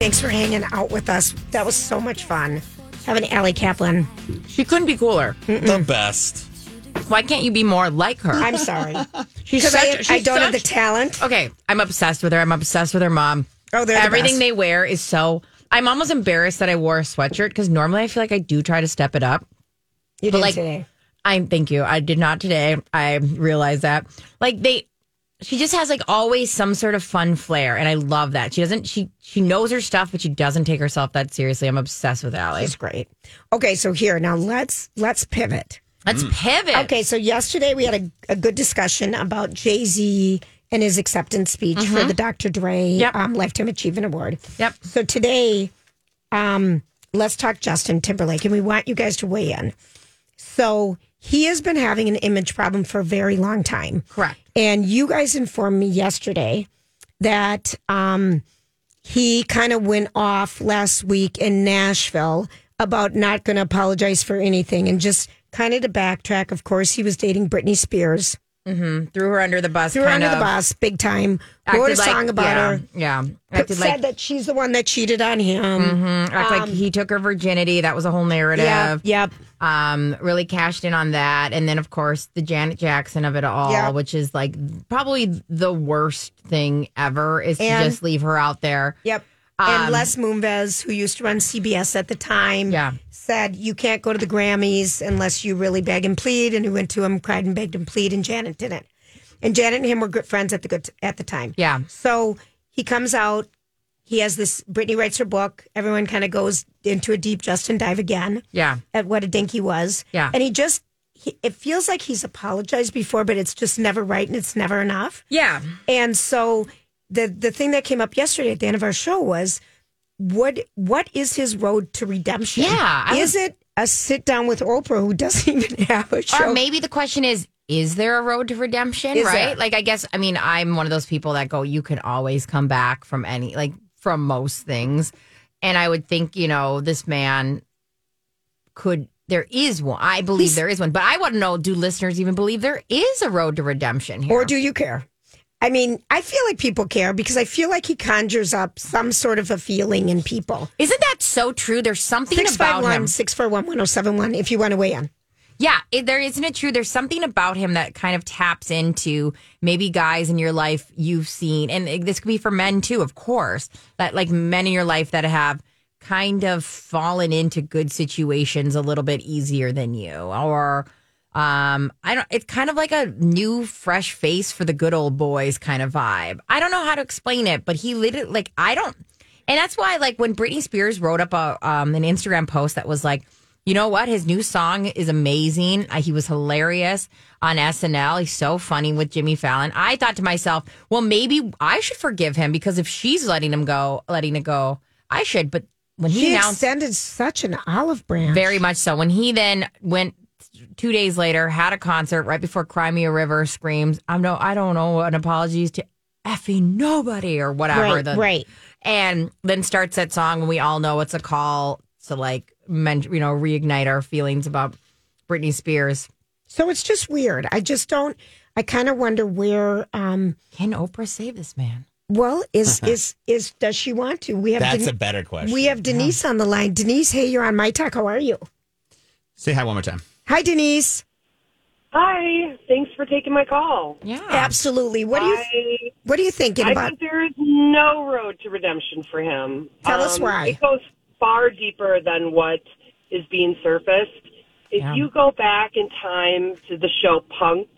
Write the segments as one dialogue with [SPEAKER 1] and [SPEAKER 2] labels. [SPEAKER 1] Thanks for hanging out with us. That was so much fun. Having Allie Kaplan.
[SPEAKER 2] She couldn't be cooler.
[SPEAKER 3] The best.
[SPEAKER 2] Why can't you be more like her?
[SPEAKER 1] I'm sorry. Because
[SPEAKER 2] She's
[SPEAKER 1] I,
[SPEAKER 2] such-
[SPEAKER 1] I
[SPEAKER 2] she's
[SPEAKER 1] don't have the
[SPEAKER 2] such- Oh,
[SPEAKER 1] talent.
[SPEAKER 2] okay, I'm obsessed with her. I'm obsessed with her mom.
[SPEAKER 1] Oh, they're the
[SPEAKER 2] everything
[SPEAKER 1] best.
[SPEAKER 2] they wear is so. I'm almost embarrassed that I wore a sweatshirt because normally I feel like I do try to step it up.
[SPEAKER 1] You did
[SPEAKER 2] like-
[SPEAKER 1] today.
[SPEAKER 2] I thank you. I did not today. I realize that. Like they, she just has like always some sort of fun flair, and I love that. She doesn't. She she knows her stuff, but she doesn't take herself that seriously. I'm obsessed with Allie.
[SPEAKER 1] It's great. Okay, so here now let's let's pivot.
[SPEAKER 2] Let's pivot.
[SPEAKER 1] Okay, so yesterday we had a, a good discussion about Jay Z and his acceptance speech for the Dr. Dre
[SPEAKER 2] Mm-hmm. Yep.
[SPEAKER 1] um, Lifetime Achievement Award.
[SPEAKER 2] Yep.
[SPEAKER 1] So today, um, let's talk Justin Timberlake, and we want you guys to weigh in. So he has been having an image problem for a very long time.
[SPEAKER 2] Correct.
[SPEAKER 1] And you guys informed me yesterday that um, he kind of went off last week in Nashville about not going to apologize for anything and just kind of to backtrack. Of course, he was dating Britney Spears,
[SPEAKER 2] Threw her under the bus.
[SPEAKER 1] threw her
[SPEAKER 2] kind
[SPEAKER 1] under the
[SPEAKER 2] of.
[SPEAKER 1] bus big time,
[SPEAKER 2] Acted
[SPEAKER 1] wrote a
[SPEAKER 2] like-
[SPEAKER 1] song about
[SPEAKER 2] yeah,
[SPEAKER 1] her,
[SPEAKER 2] Yeah.
[SPEAKER 1] but
[SPEAKER 2] Acted
[SPEAKER 1] said
[SPEAKER 2] like, Mm-hmm.
[SPEAKER 1] that she's the one that cheated on him.
[SPEAKER 2] act
[SPEAKER 1] Um,
[SPEAKER 2] like he took her virginity. That was a whole narrative.
[SPEAKER 1] Yep, yep.
[SPEAKER 2] um, really cashed in on that. And then, of course, the Janet Jackson of it all,
[SPEAKER 1] Yeah.
[SPEAKER 2] which is like probably the worst thing ever is
[SPEAKER 1] And-
[SPEAKER 2] to just leave her out there.
[SPEAKER 1] Yep.
[SPEAKER 2] Um,
[SPEAKER 1] and Les Moonves, who used to run CBS at the time,
[SPEAKER 2] Yeah.
[SPEAKER 1] said, You can't go to the Grammys unless you really beg and plead. And he went to him, cried and begged and plead, and Janet didn't. And Janet and him were good friends at the good at the time.
[SPEAKER 2] Yeah.
[SPEAKER 1] So he comes out, he has this Brittany writes her book. Everyone kind of goes into a deep Justin dive again
[SPEAKER 2] Yeah.
[SPEAKER 1] at what a dinky was.
[SPEAKER 2] Yeah.
[SPEAKER 1] And he just he, it feels like he's apologized before, but it's just never right and it's never enough.
[SPEAKER 2] Yeah.
[SPEAKER 1] And so the the thing that came up yesterday at the end of our show was what what is his road to redemption?
[SPEAKER 2] Yeah, I
[SPEAKER 1] is it a sit down with Oprah who doesn't even have a show?
[SPEAKER 2] Or maybe the question is, is there a road to redemption?
[SPEAKER 1] Is
[SPEAKER 2] right?
[SPEAKER 1] there?
[SPEAKER 2] Like, I guess, I mean, I'm one of those people that go, you can always come back from any, like, from most things. And I would think, you know, this man could, there is one. I believe there is one. But I want to know do listeners even believe there is a road to redemption here?
[SPEAKER 1] Or do you care? I mean, I feel like people care because I feel like he conjures up some sort of a feeling in people.
[SPEAKER 2] Isn't that so true? There's something about him.
[SPEAKER 1] 651 641 1071 if you want to weigh in.
[SPEAKER 2] Yeah, it, there isn't it true? There's something about him that kind of taps into maybe guys in your life you've seen, and it- this could be for men too, of course. That like men in your life that have kind of fallen into good situations a little bit easier than you, or um, I don't. It's kind of like a new, fresh face for the good old boys kind of vibe. I don't know how to explain it, but he lit it like I don't, and that's why like when Britney Spears wrote up a um an Instagram post that was like. You know what? His new song is amazing. Uh, he was hilarious on SNL. He's so funny with Jimmy Fallon. I thought to myself, well, maybe I should forgive him because if she's letting him go, letting it go, I should. But when he,
[SPEAKER 1] He
[SPEAKER 2] announced,
[SPEAKER 1] extended such an olive branch.
[SPEAKER 2] very much so, when he then went two days later, had a concert right before Crimea River screams, "I'm no, I don't know an apologies to effing nobody or whatever."
[SPEAKER 1] right,
[SPEAKER 2] the-
[SPEAKER 1] right.
[SPEAKER 2] and then starts that song and we all know it's a call to like men, you know reignite our feelings about Britney Spears.
[SPEAKER 1] So it's just weird. I just don't. I kind of wonder where. Um,
[SPEAKER 2] Can Oprah save this man?
[SPEAKER 1] well, is is is does she want to? We have
[SPEAKER 3] That's
[SPEAKER 1] Den-
[SPEAKER 3] a better question.
[SPEAKER 1] we have Denise on the line. Denise, hey, you're on my talk. How are you?
[SPEAKER 3] Say hi one more time.
[SPEAKER 1] Hi, Denise.
[SPEAKER 4] Hi, thanks for taking my call.
[SPEAKER 2] Yeah.
[SPEAKER 1] Absolutely. What do you
[SPEAKER 4] I,
[SPEAKER 1] What are you thinking
[SPEAKER 4] I
[SPEAKER 1] about?
[SPEAKER 4] think there is no road to redemption for him. Um,
[SPEAKER 1] Tell us why.
[SPEAKER 4] It goes far deeper than what is being surfaced. If
[SPEAKER 2] Yeah.
[SPEAKER 4] you go back in time to the show Punked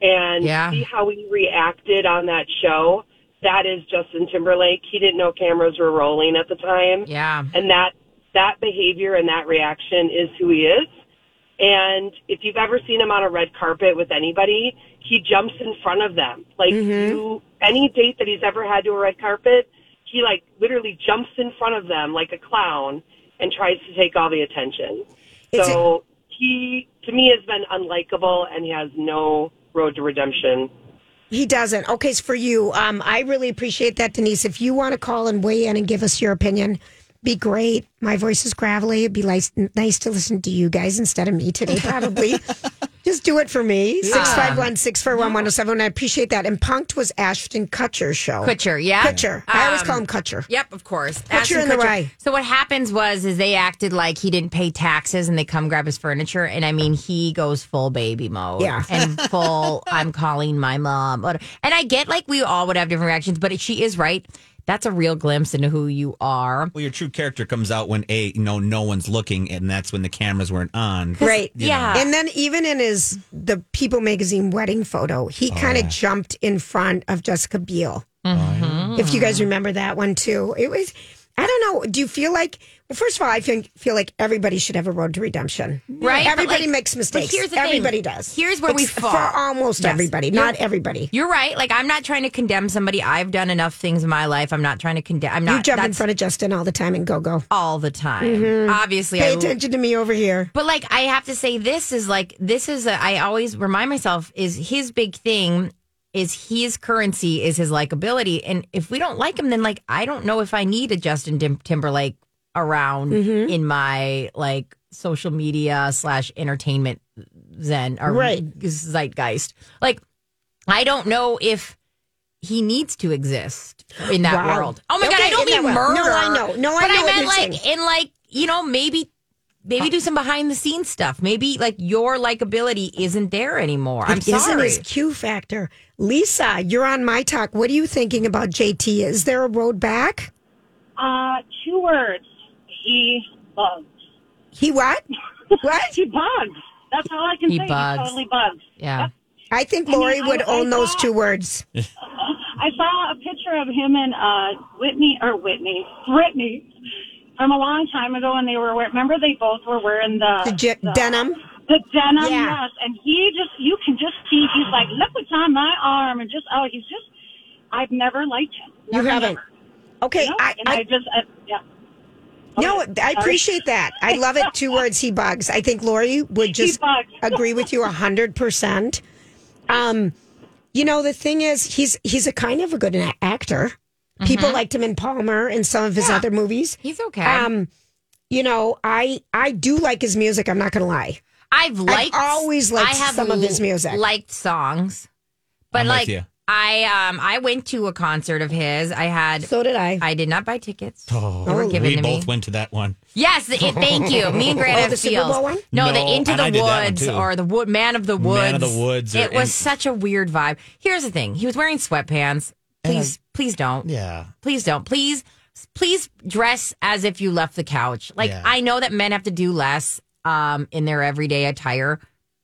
[SPEAKER 4] and
[SPEAKER 2] Yeah.
[SPEAKER 4] see how he reacted on that show, that is Justin Timberlake. He didn't know cameras were rolling at the time.
[SPEAKER 2] Yeah.
[SPEAKER 4] and that that behavior and that reaction is who he is. And if you've ever seen him on a red carpet with anybody, he jumps in front of them. Like you, any date that he's ever had to a red carpet, he like literally jumps in front of them like a clown and tries to take all the attention.
[SPEAKER 1] It's a-
[SPEAKER 4] so he, to me, has been unlikable and he has no road to redemption.
[SPEAKER 1] He doesn't. Okay, it's for you. Um, I really appreciate that, Denise. If you want to call and weigh in and give us your opinion, be great. My voice is gravelly. It'd be nice, nice to listen to you guys instead of me today, probably. Just do it for me. 651 641 1071. I appreciate that. And Punked was Ashton Kutcher's show.
[SPEAKER 2] Kutcher, yeah.
[SPEAKER 1] Kutcher. I always
[SPEAKER 2] Um,
[SPEAKER 1] call him Kutcher.
[SPEAKER 2] Yep, of course.
[SPEAKER 1] Kutcher
[SPEAKER 2] Ashton
[SPEAKER 1] and the Rye.
[SPEAKER 2] So what happens was is they acted like he didn't pay taxes and they come grab his furniture and I mean he goes full baby mode.
[SPEAKER 1] Yeah.
[SPEAKER 2] And full I'm calling my mom. Or- And I get like we all would have different reactions, but she is right. That's a real glimpse into who you are.
[SPEAKER 3] Well, your true character comes out when a you know no one's looking, and that's when the cameras weren't on.
[SPEAKER 1] Right.
[SPEAKER 2] Yeah.
[SPEAKER 1] And then even in his the People magazine wedding photo, he kind of jumped in front of Jessica Biel. If you guys remember that one too, it was. I don't know. Do you feel like? Well, first of all, I think feel like everybody should have a road to redemption.
[SPEAKER 2] Right, but
[SPEAKER 1] Everybody
[SPEAKER 2] like-
[SPEAKER 1] makes
[SPEAKER 2] but
[SPEAKER 1] mistakes.
[SPEAKER 2] here's the thing.
[SPEAKER 1] everybody does.
[SPEAKER 2] Here's where we
[SPEAKER 1] Ex-
[SPEAKER 2] fall.
[SPEAKER 1] For almost
[SPEAKER 2] Yes.
[SPEAKER 1] everybody,
[SPEAKER 2] You're-
[SPEAKER 1] not everybody.
[SPEAKER 2] You're right. Like I'm not trying to condemn somebody. I've done enough things in my life. I'm not trying to condemn I'm not
[SPEAKER 1] You jump in
[SPEAKER 2] that's
[SPEAKER 1] front of Justin all the time and go go.
[SPEAKER 2] all the time. Obviously
[SPEAKER 1] Pay
[SPEAKER 2] I
[SPEAKER 1] attention to me over here.
[SPEAKER 2] But like I have to say this is like this is a, I always remind myself is his big thing is his currency is his likability and if we don't like him then like I don't know if I need a Justin Tim- Timberlake around
[SPEAKER 1] Mm-hmm.
[SPEAKER 2] in my like social media slash entertainment zen or
[SPEAKER 1] Right.
[SPEAKER 2] zeitgeist like I don't know if he needs to exist in that
[SPEAKER 1] Wow.
[SPEAKER 2] world oh my god
[SPEAKER 1] Okay,
[SPEAKER 2] I don't
[SPEAKER 1] in
[SPEAKER 2] mean
[SPEAKER 1] that world.
[SPEAKER 2] murder
[SPEAKER 1] No, I know. No, I
[SPEAKER 2] but
[SPEAKER 1] know
[SPEAKER 2] I
[SPEAKER 1] what
[SPEAKER 2] meant
[SPEAKER 1] you're
[SPEAKER 2] like
[SPEAKER 1] saying.
[SPEAKER 2] and like you know maybe maybe do some behind the scenes stuff maybe like your likability isn't there anymore i'm
[SPEAKER 1] It isn't
[SPEAKER 2] sorry
[SPEAKER 1] his Q factor. Lisa, you're on my talk. What are you thinking about JT? Is there a road back?
[SPEAKER 4] Uh, two words. He bugs.
[SPEAKER 1] He what? what?
[SPEAKER 4] He bugs. That's all I can
[SPEAKER 2] He
[SPEAKER 4] say.
[SPEAKER 2] bugs.
[SPEAKER 4] He totally bugs.
[SPEAKER 2] yeah
[SPEAKER 1] I think
[SPEAKER 4] I mean,
[SPEAKER 1] Lori
[SPEAKER 4] I-
[SPEAKER 1] would
[SPEAKER 4] I
[SPEAKER 1] own those
[SPEAKER 4] thought-
[SPEAKER 1] two words.
[SPEAKER 4] I saw a picture of him and uh, Whitney or Whitney Brittany from a long time ago, and they were wear- remember they both were wearing the
[SPEAKER 1] The j- denim.
[SPEAKER 4] the denim
[SPEAKER 1] Yeah.
[SPEAKER 4] yes, and he just you can just see he's like look what's on my arm and just oh he's just I've never liked him.
[SPEAKER 1] You
[SPEAKER 4] Never,
[SPEAKER 1] haven't.
[SPEAKER 4] never.
[SPEAKER 1] Okay,
[SPEAKER 4] No,
[SPEAKER 1] I,
[SPEAKER 4] and I,
[SPEAKER 1] I
[SPEAKER 4] just I, yeah.
[SPEAKER 1] no,
[SPEAKER 4] Okay,
[SPEAKER 1] I
[SPEAKER 4] sorry.
[SPEAKER 1] appreciate that. I love it. Two words. He bugs. I think Lori would
[SPEAKER 4] He
[SPEAKER 1] just
[SPEAKER 4] bugs.
[SPEAKER 1] agree with you hundred percent. Um, you know the thing is, he's he's a kind of a good a- actor.
[SPEAKER 4] Mm-hmm.
[SPEAKER 1] People liked him in Palmer and some of his other movies.
[SPEAKER 2] he's okay
[SPEAKER 1] Um, you know, I I do like his music. I'm not gonna lie.
[SPEAKER 2] i've liked
[SPEAKER 1] always liked
[SPEAKER 2] I have
[SPEAKER 1] some of his music.
[SPEAKER 2] liked songs but
[SPEAKER 3] I'm with
[SPEAKER 2] like
[SPEAKER 3] you.
[SPEAKER 2] i um i went to a concert of his i had
[SPEAKER 1] So did I.
[SPEAKER 2] i did not buy tickets
[SPEAKER 3] Oh,
[SPEAKER 2] They were given
[SPEAKER 3] we
[SPEAKER 2] to me.
[SPEAKER 3] both went to that one.
[SPEAKER 2] Yes, the, it, thank you. Me and Grant
[SPEAKER 1] Oh,
[SPEAKER 2] have
[SPEAKER 1] the Super
[SPEAKER 2] feels.
[SPEAKER 1] Bowl one?
[SPEAKER 2] No, the
[SPEAKER 3] No,
[SPEAKER 2] Into
[SPEAKER 3] and
[SPEAKER 2] the
[SPEAKER 3] I did that one,
[SPEAKER 2] Woods
[SPEAKER 3] too.
[SPEAKER 2] or the wood, Man of the Woods.
[SPEAKER 3] Man of the Woods or-
[SPEAKER 2] It was
[SPEAKER 3] and-
[SPEAKER 2] such a weird vibe. Here's the thing: he was wearing sweatpants. Please, please don't.
[SPEAKER 3] Yeah.
[SPEAKER 2] Please don't. Please, please dress as if you left the couch. Like
[SPEAKER 3] Yeah.
[SPEAKER 2] I know that men have to do less um, in their everyday attire.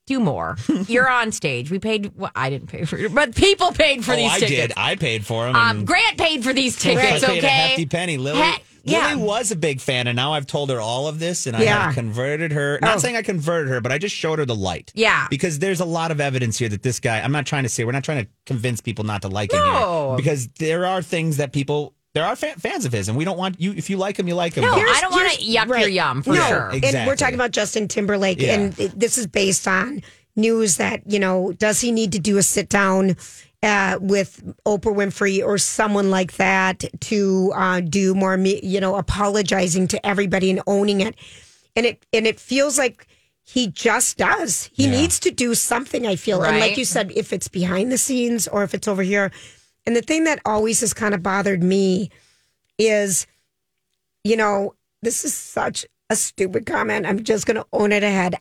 [SPEAKER 2] Do more. You're on stage. We paid. Well, I didn't pay for it, but people paid for
[SPEAKER 3] oh,
[SPEAKER 2] these
[SPEAKER 3] I
[SPEAKER 2] tickets.
[SPEAKER 3] did. I paid for him.
[SPEAKER 2] Um, Grant paid for these tickets.
[SPEAKER 3] I paid
[SPEAKER 2] okay.
[SPEAKER 3] a hefty penny. Lily,
[SPEAKER 2] Heck, yeah.
[SPEAKER 3] Lily was a big fan, and now I've told her all of this, and I
[SPEAKER 1] Yeah.
[SPEAKER 3] have converted her. Not saying I converted her, but I just showed her the light.
[SPEAKER 2] Yeah.
[SPEAKER 3] because there's a lot of evidence here that this guy. I'm not trying to say we're not trying to convince people not to like him,
[SPEAKER 2] No.
[SPEAKER 3] here, because there are things that people. There are fa- fans of his, and we don't want you. If you like him, you like him.
[SPEAKER 2] No,
[SPEAKER 3] but-
[SPEAKER 2] I don't want to
[SPEAKER 1] Here's-
[SPEAKER 2] yuck your
[SPEAKER 1] right.
[SPEAKER 2] yum for
[SPEAKER 1] no,
[SPEAKER 2] sure.
[SPEAKER 1] and we're
[SPEAKER 3] Exactly.
[SPEAKER 1] talking about Justin Timberlake,
[SPEAKER 3] Yeah.
[SPEAKER 1] and it- this is based on news that you know does he need to do a sit down uh, with Oprah Winfrey or someone like that to uh, do more, me- you know, apologizing to everybody and owning it, and it and it feels like. He just does. He needs to do something, I feel. And like
[SPEAKER 2] Right.
[SPEAKER 1] you said, if it's behind the scenes or if it's over here. And the thing that always has kind of bothered me is you know, this is such a stupid comment. I'm just going to own it ahead.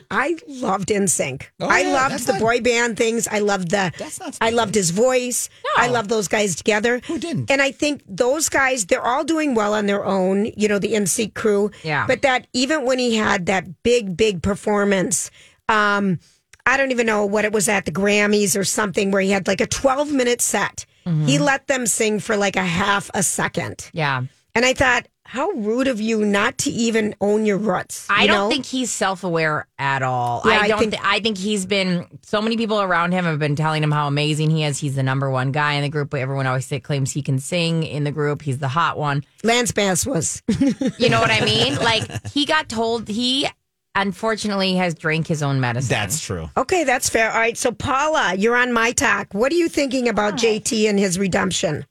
[SPEAKER 1] I I loved NSYNC.
[SPEAKER 3] Oh,
[SPEAKER 1] I
[SPEAKER 3] yeah,
[SPEAKER 1] loved
[SPEAKER 3] that's
[SPEAKER 1] the
[SPEAKER 3] not-
[SPEAKER 1] boy band things. I loved the.
[SPEAKER 3] That's not
[SPEAKER 1] I loved his voice.
[SPEAKER 2] No.
[SPEAKER 1] I love those guys together.
[SPEAKER 3] Who didn't?
[SPEAKER 1] And I think those guys, they're all doing well on their own. You know, the NSYNC crew.
[SPEAKER 2] Yeah.
[SPEAKER 1] But that even when he had that big, big performance. Um, I don't even know what it was at the Grammys or something where he had like a 12 minute set.
[SPEAKER 3] Mm-hmm.
[SPEAKER 1] He let them sing for like a half a second.
[SPEAKER 2] Yeah.
[SPEAKER 1] And I thought, how rude of you not to even own your roots.
[SPEAKER 2] I
[SPEAKER 1] you
[SPEAKER 2] don't
[SPEAKER 1] know?
[SPEAKER 2] think he's self-aware at all.
[SPEAKER 1] Yeah, I
[SPEAKER 2] I don't.
[SPEAKER 1] think-
[SPEAKER 2] thi- I think he's been. So many people around him have been telling him how amazing he is. He's the number one guy in the group. But everyone always say, claims he can sing in the group. He's the hot one.
[SPEAKER 1] Lance Bass was.
[SPEAKER 2] You know what I mean? like he got told he unfortunately has drank his own medicine.
[SPEAKER 3] That's true.
[SPEAKER 1] okay, that's fair. All right, so Paula, you're on my talk. What are you thinking about JT and his redemption?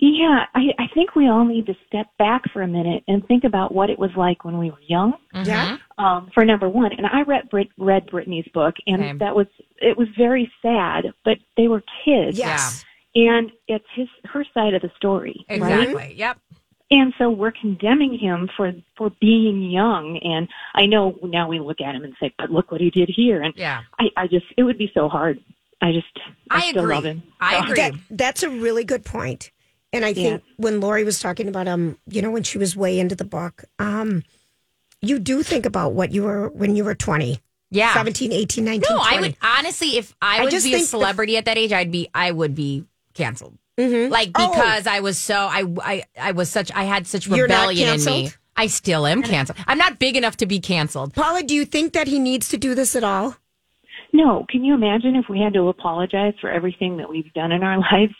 [SPEAKER 5] Yeah, I, I think we all need to step back for a minute and think about what it was like when we were young.
[SPEAKER 2] Mm-hmm.
[SPEAKER 1] Yeah.
[SPEAKER 5] Um, for number one, and I read Brit- read Brittany's book, and
[SPEAKER 2] Same.
[SPEAKER 5] that was it was very sad, but they were kids,
[SPEAKER 1] Yes.
[SPEAKER 5] and it's his her side of the story, right?
[SPEAKER 2] Exactly. Yep.
[SPEAKER 5] And so we're condemning him for for being young. And I know now we look at him and say, "But look what he did here." And
[SPEAKER 2] Yeah.
[SPEAKER 5] I, I just it would be so hard. I just I,
[SPEAKER 2] I
[SPEAKER 5] still
[SPEAKER 2] agree.
[SPEAKER 5] love him.
[SPEAKER 2] I
[SPEAKER 5] So-
[SPEAKER 2] agree.
[SPEAKER 1] That, that's a really good point. And I think when Lori was talking about um, you know, when she was way into the book, um, you do think about what you were when you were 20,
[SPEAKER 2] Yeah.
[SPEAKER 1] 17, 18, 19,
[SPEAKER 2] No, I
[SPEAKER 1] 20.
[SPEAKER 2] would honestly, if I
[SPEAKER 1] I
[SPEAKER 2] would
[SPEAKER 1] just
[SPEAKER 2] be a
[SPEAKER 1] think the-
[SPEAKER 2] celebrity at that age, I'd be, I would be canceled.
[SPEAKER 1] Mm-hmm.
[SPEAKER 2] Like because I was so, I, I, I was such, I had such
[SPEAKER 1] Oh. You're not
[SPEAKER 2] rebellion in me.
[SPEAKER 1] canceled?
[SPEAKER 2] I still am canceled. I'm not big enough to be canceled.
[SPEAKER 1] Paula, do you think that he needs to do this at all?
[SPEAKER 5] No, can you imagine if we had to apologize for everything that we've done in our lives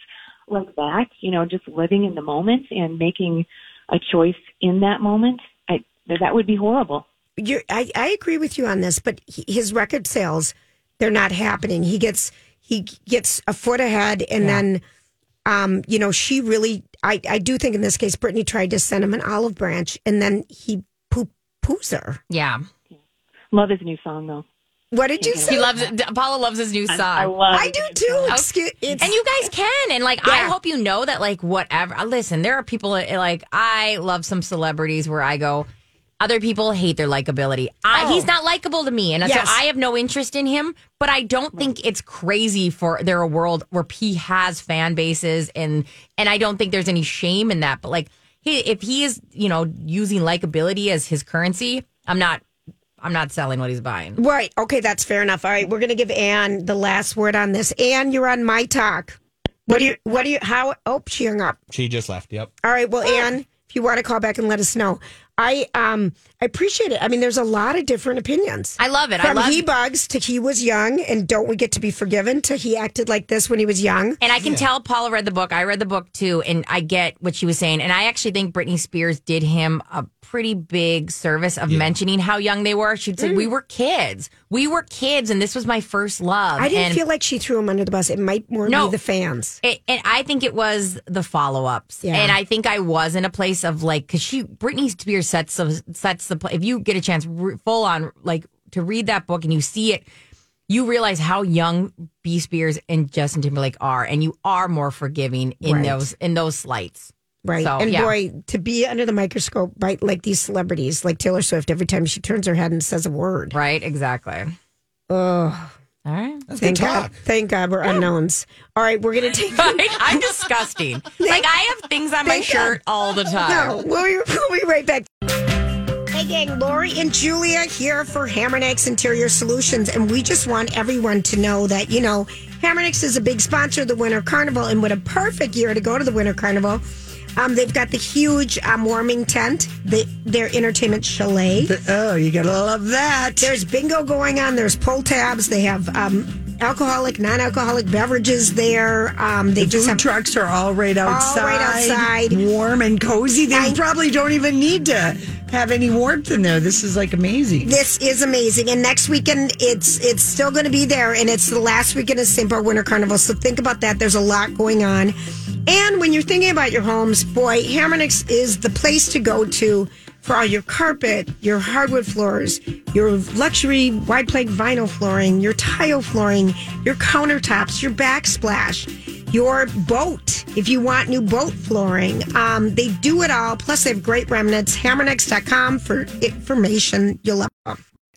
[SPEAKER 5] like that? You know, just living in the moment and making a choice in that moment. I, that would be horrible.
[SPEAKER 1] you I, I agree with you on this, but he, his record sales they're not happening. He gets he gets a foot ahead, and then um, you know she really I I do think in this case Brittany tried to send him an olive branch, and then he poo poos her.
[SPEAKER 2] Yeah.
[SPEAKER 5] Love his new song though.
[SPEAKER 1] What did you
[SPEAKER 2] He
[SPEAKER 1] say?
[SPEAKER 2] loves, Paula loves his new song.
[SPEAKER 5] I love.
[SPEAKER 1] I do too. Excuse, it's,
[SPEAKER 2] and you guys can and like i hope you know that like whatever uh, listen there are people uh, like i love some celebrities where i go other people hate their likability I, he's not likable to me and
[SPEAKER 1] Oh. Yes.
[SPEAKER 2] so i have no interest in him but i don't think it's crazy for there a world where he has fan bases and and i don't think there's any shame in that but like he, if he is you know using likability as his currency i'm not i'm not selling what he's buying
[SPEAKER 1] right. Okay, that's fair enough. All right, we're gonna give Anne the last word on this. Anne, you're on my talk. What do you? What do you? How? Oh, she hung up.
[SPEAKER 3] She just left. Yep.
[SPEAKER 1] All right. Well, Anne, if you want to call back and let us know, I um I appreciate it. I mean, there's a lot of different opinions.
[SPEAKER 2] i love it i
[SPEAKER 1] From
[SPEAKER 2] love
[SPEAKER 1] he bugs to he was young and don't we get to be forgiven to he acted like this when he was young.
[SPEAKER 2] And I can tell Paula read the book. I read the book too, and I get what she was saying. And I actually think Britney Spears did him a pretty big service of mentioning how young they were. She'd say, We
[SPEAKER 1] Mm.
[SPEAKER 2] were kids. We were kids, and this was my first love.
[SPEAKER 1] I didn't
[SPEAKER 2] and
[SPEAKER 1] feel like she threw him under the bus. It might more
[SPEAKER 2] No.
[SPEAKER 1] be the fans.
[SPEAKER 2] it, and I think it was the follow ups,
[SPEAKER 1] Yeah.
[SPEAKER 2] and I think I was in a place of like because she Britney Spears sets the sets the pl- if you get a chance re- full on like to read that book and you see it, you realize how young B Spears and Justin Timberlake are, and you are more forgiving in
[SPEAKER 1] Right.
[SPEAKER 2] those in those slights.
[SPEAKER 1] Right.
[SPEAKER 2] So,
[SPEAKER 1] and
[SPEAKER 2] yeah.
[SPEAKER 1] boy, to be under the microscope by like these celebrities, like Taylor Swift, every time she turns her head and says a word.
[SPEAKER 2] Right, exactly.
[SPEAKER 1] Oh,
[SPEAKER 2] All right.
[SPEAKER 3] That's
[SPEAKER 1] thank
[SPEAKER 3] good
[SPEAKER 1] God.
[SPEAKER 3] talk.
[SPEAKER 1] Thank God we're unknowns. All right, we're going to take.
[SPEAKER 2] I'm disgusting. like I have things on my
[SPEAKER 1] Thank
[SPEAKER 2] shirt all the time.
[SPEAKER 1] No, we'll be, we'll be right back. Hey, gang, Lori and Julia here for Hammer and Axe Interior Solutions, and we just want everyone to know that, you know, Hammer and Axe is a big sponsor of the Winter Carnival, and what a perfect year to go to the Winter Carnival. Um, they've got the huge um, warming tent, the, their entertainment chalet.
[SPEAKER 6] Oh, you gotta love that.
[SPEAKER 1] There's bingo going on. There's pull tabs. They have um, alcoholic, non-alcoholic beverages there. Um, they just
[SPEAKER 6] Food
[SPEAKER 1] have
[SPEAKER 6] trucks are all right outside.
[SPEAKER 1] right outside.
[SPEAKER 6] Warm and cozy. They
[SPEAKER 1] I-
[SPEAKER 6] probably don't even need to have any warmth in there. This is like amazing.
[SPEAKER 1] This is amazing. And next weekend, it's it's still going to be there, and it's the last weekend of St. Paul Winter Carnival. So think about that. There's a lot going on. And when you're thinking about your homes, boy, Hammernix is the place to go to for all your carpet, your hardwood floors, your luxury wide plank vinyl flooring, your tile flooring, your countertops, your backsplash your boat if you want new boat flooring. Um, they do it all. Plus, they have great remnants. Hammernext.com for information. You'll love them.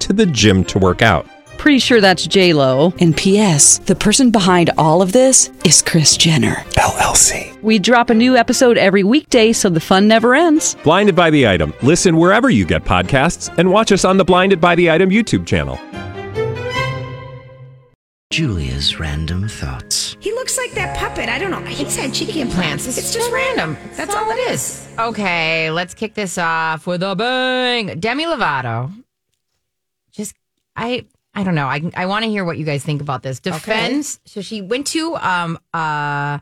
[SPEAKER 7] to the gym to work out.
[SPEAKER 8] Pretty sure that's J Lo.
[SPEAKER 9] And P.S. The person behind all of this is Chris Jenner
[SPEAKER 7] LLC.
[SPEAKER 8] We drop a new episode every weekday, so the fun never ends.
[SPEAKER 7] Blinded by the item. Listen wherever you get podcasts, and watch us on the Blinded by the Item YouTube channel.
[SPEAKER 10] Julia's random thoughts.
[SPEAKER 1] He looks like that puppet. I don't know. He's had cheeky
[SPEAKER 2] Plants.
[SPEAKER 1] implants. It's just random. That's all it is.
[SPEAKER 2] Okay, let's kick this off with a bang. Demi Lovato. Just I I don't know. I I want to hear what you guys think about this. Defends. So she went to um uh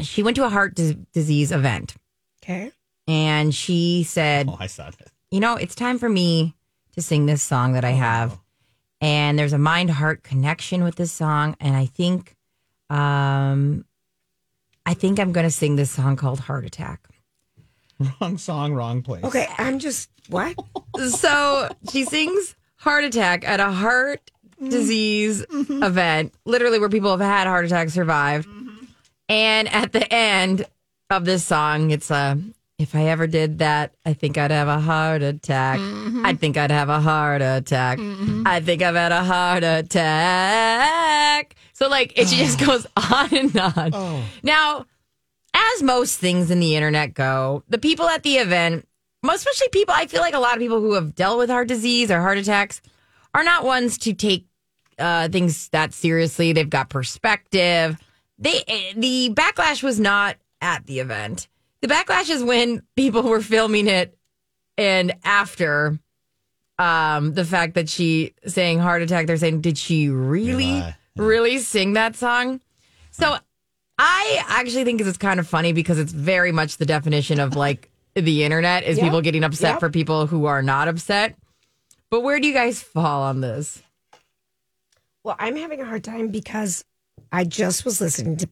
[SPEAKER 2] she went to a heart dis- disease event
[SPEAKER 1] Okay.
[SPEAKER 2] and she said,
[SPEAKER 3] Oh, I saw that.
[SPEAKER 2] "You know, it's time for me to sing this song that I have." And there's a mind heart connection with this song and I think um I think I'm going to sing this song called Heart Attack.
[SPEAKER 3] Wrong song, wrong place.
[SPEAKER 1] Okay. I'm just what?
[SPEAKER 2] so she sings heart attack at a heart disease event, literally where people have had heart attacks survived. And at the end of this song, it's a if I ever did that, I think I'd have a heart attack. I think I'd have a heart attack. I think I've had a heart attack. So like it just goes on and on. Now, as most things in the internet go, the people at the event, most especially people, I feel like a lot of people who have dealt with heart disease or heart attacks are not ones to take uh, things that seriously. They've got perspective. They eh, the backlash was not at the event. The backlash is when people were filming it and after um, the fact that she sang heart attack. They're saying, did she really,
[SPEAKER 3] Yeah.
[SPEAKER 2] really sing that song? So I actually think it's kind of funny because it's very much the definition of like the internet is people getting upset for people who are not upset. But where do you guys fall on this?
[SPEAKER 1] Well, I'm having a hard time because I just was listening to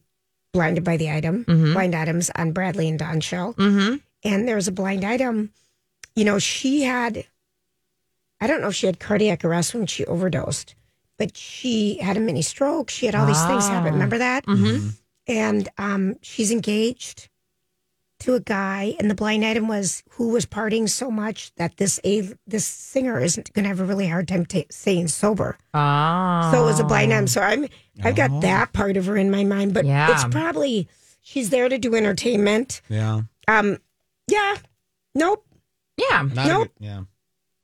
[SPEAKER 1] Blinded by the Item, Blind Items on Bradley and Don show,
[SPEAKER 2] Mm-hmm.
[SPEAKER 1] and there was a blind item. You know, she had, I don't know if she had cardiac arrest when she overdosed, but she had a mini stroke. She had all these things happen. Remember that?
[SPEAKER 2] Mm-hmm.
[SPEAKER 1] And um, she's engaged to a guy, and the blind item was who was partying so much that this a this singer isn't going to have a really hard time ta staying sober.
[SPEAKER 2] Oh.
[SPEAKER 1] So it was a blind item. So I'm I've
[SPEAKER 3] Oh.
[SPEAKER 1] got that part of her in my mind, but
[SPEAKER 2] Yeah.
[SPEAKER 1] it's probably she's there to do entertainment.
[SPEAKER 3] Yeah.
[SPEAKER 1] Um, yeah, nope,
[SPEAKER 2] Yeah.
[SPEAKER 3] Not a
[SPEAKER 1] Nope.
[SPEAKER 3] good- yeah.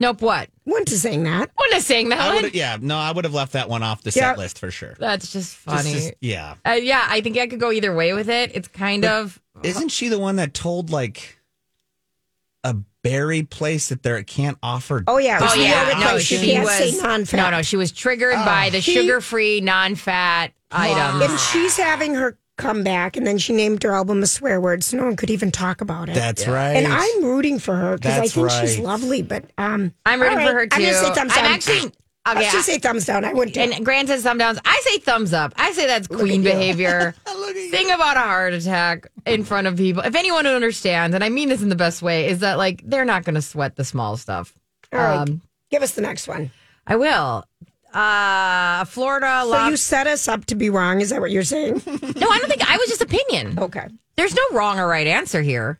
[SPEAKER 2] Nope. What?
[SPEAKER 1] wouldn't have sang that.
[SPEAKER 2] What is saying that
[SPEAKER 3] I
[SPEAKER 2] one?
[SPEAKER 3] would've- yeah. No, I would have left that one off the
[SPEAKER 1] Yeah.
[SPEAKER 3] set list for sure.
[SPEAKER 2] That's just
[SPEAKER 3] Just-
[SPEAKER 2] funny.
[SPEAKER 3] just- yeah.
[SPEAKER 2] Uh, yeah, I think I could go either way with it. It's kind of
[SPEAKER 3] Isn't she the one that told like a berry place that they can't offer?
[SPEAKER 1] Oh yeah, it was
[SPEAKER 2] Oh
[SPEAKER 1] the
[SPEAKER 2] yeah,
[SPEAKER 1] other
[SPEAKER 2] no,
[SPEAKER 1] thing.
[SPEAKER 2] she,
[SPEAKER 1] she, can't
[SPEAKER 2] was
[SPEAKER 1] say non-fat.
[SPEAKER 2] no, no. She was triggered by the
[SPEAKER 1] She-
[SPEAKER 2] sugar-free, non-fat items.
[SPEAKER 1] And she's having her comeback, and then she named her album a swear word, so no one could even talk about it.
[SPEAKER 3] That's right.
[SPEAKER 1] and I'm rooting for her because I
[SPEAKER 3] That's
[SPEAKER 1] think she's
[SPEAKER 3] right.
[SPEAKER 1] lovely. But um,
[SPEAKER 2] I'm rooting
[SPEAKER 1] all
[SPEAKER 2] for her
[SPEAKER 1] right,
[SPEAKER 2] too.
[SPEAKER 1] I'm gonna say thumbs
[SPEAKER 2] I'm
[SPEAKER 1] down.
[SPEAKER 2] actually okay.
[SPEAKER 1] I'll
[SPEAKER 2] I-
[SPEAKER 1] just say thumbs down. I wouldn't. do it.
[SPEAKER 2] and Grant says thumb downs. I say thumbs up. I say that's queen behavior. Thing about a heart attack in front of people. If anyone who understands, and I mean this in the best way, is that like they're not going to sweat the small stuff. Um,
[SPEAKER 1] All right, give us the next one.
[SPEAKER 2] I will. Uh, Florida.
[SPEAKER 1] So
[SPEAKER 2] lob-
[SPEAKER 1] you set us up to be wrong. Is that what you're saying?
[SPEAKER 2] no, I don't think I was just opinion.
[SPEAKER 1] okay.
[SPEAKER 2] There's no wrong or right answer here.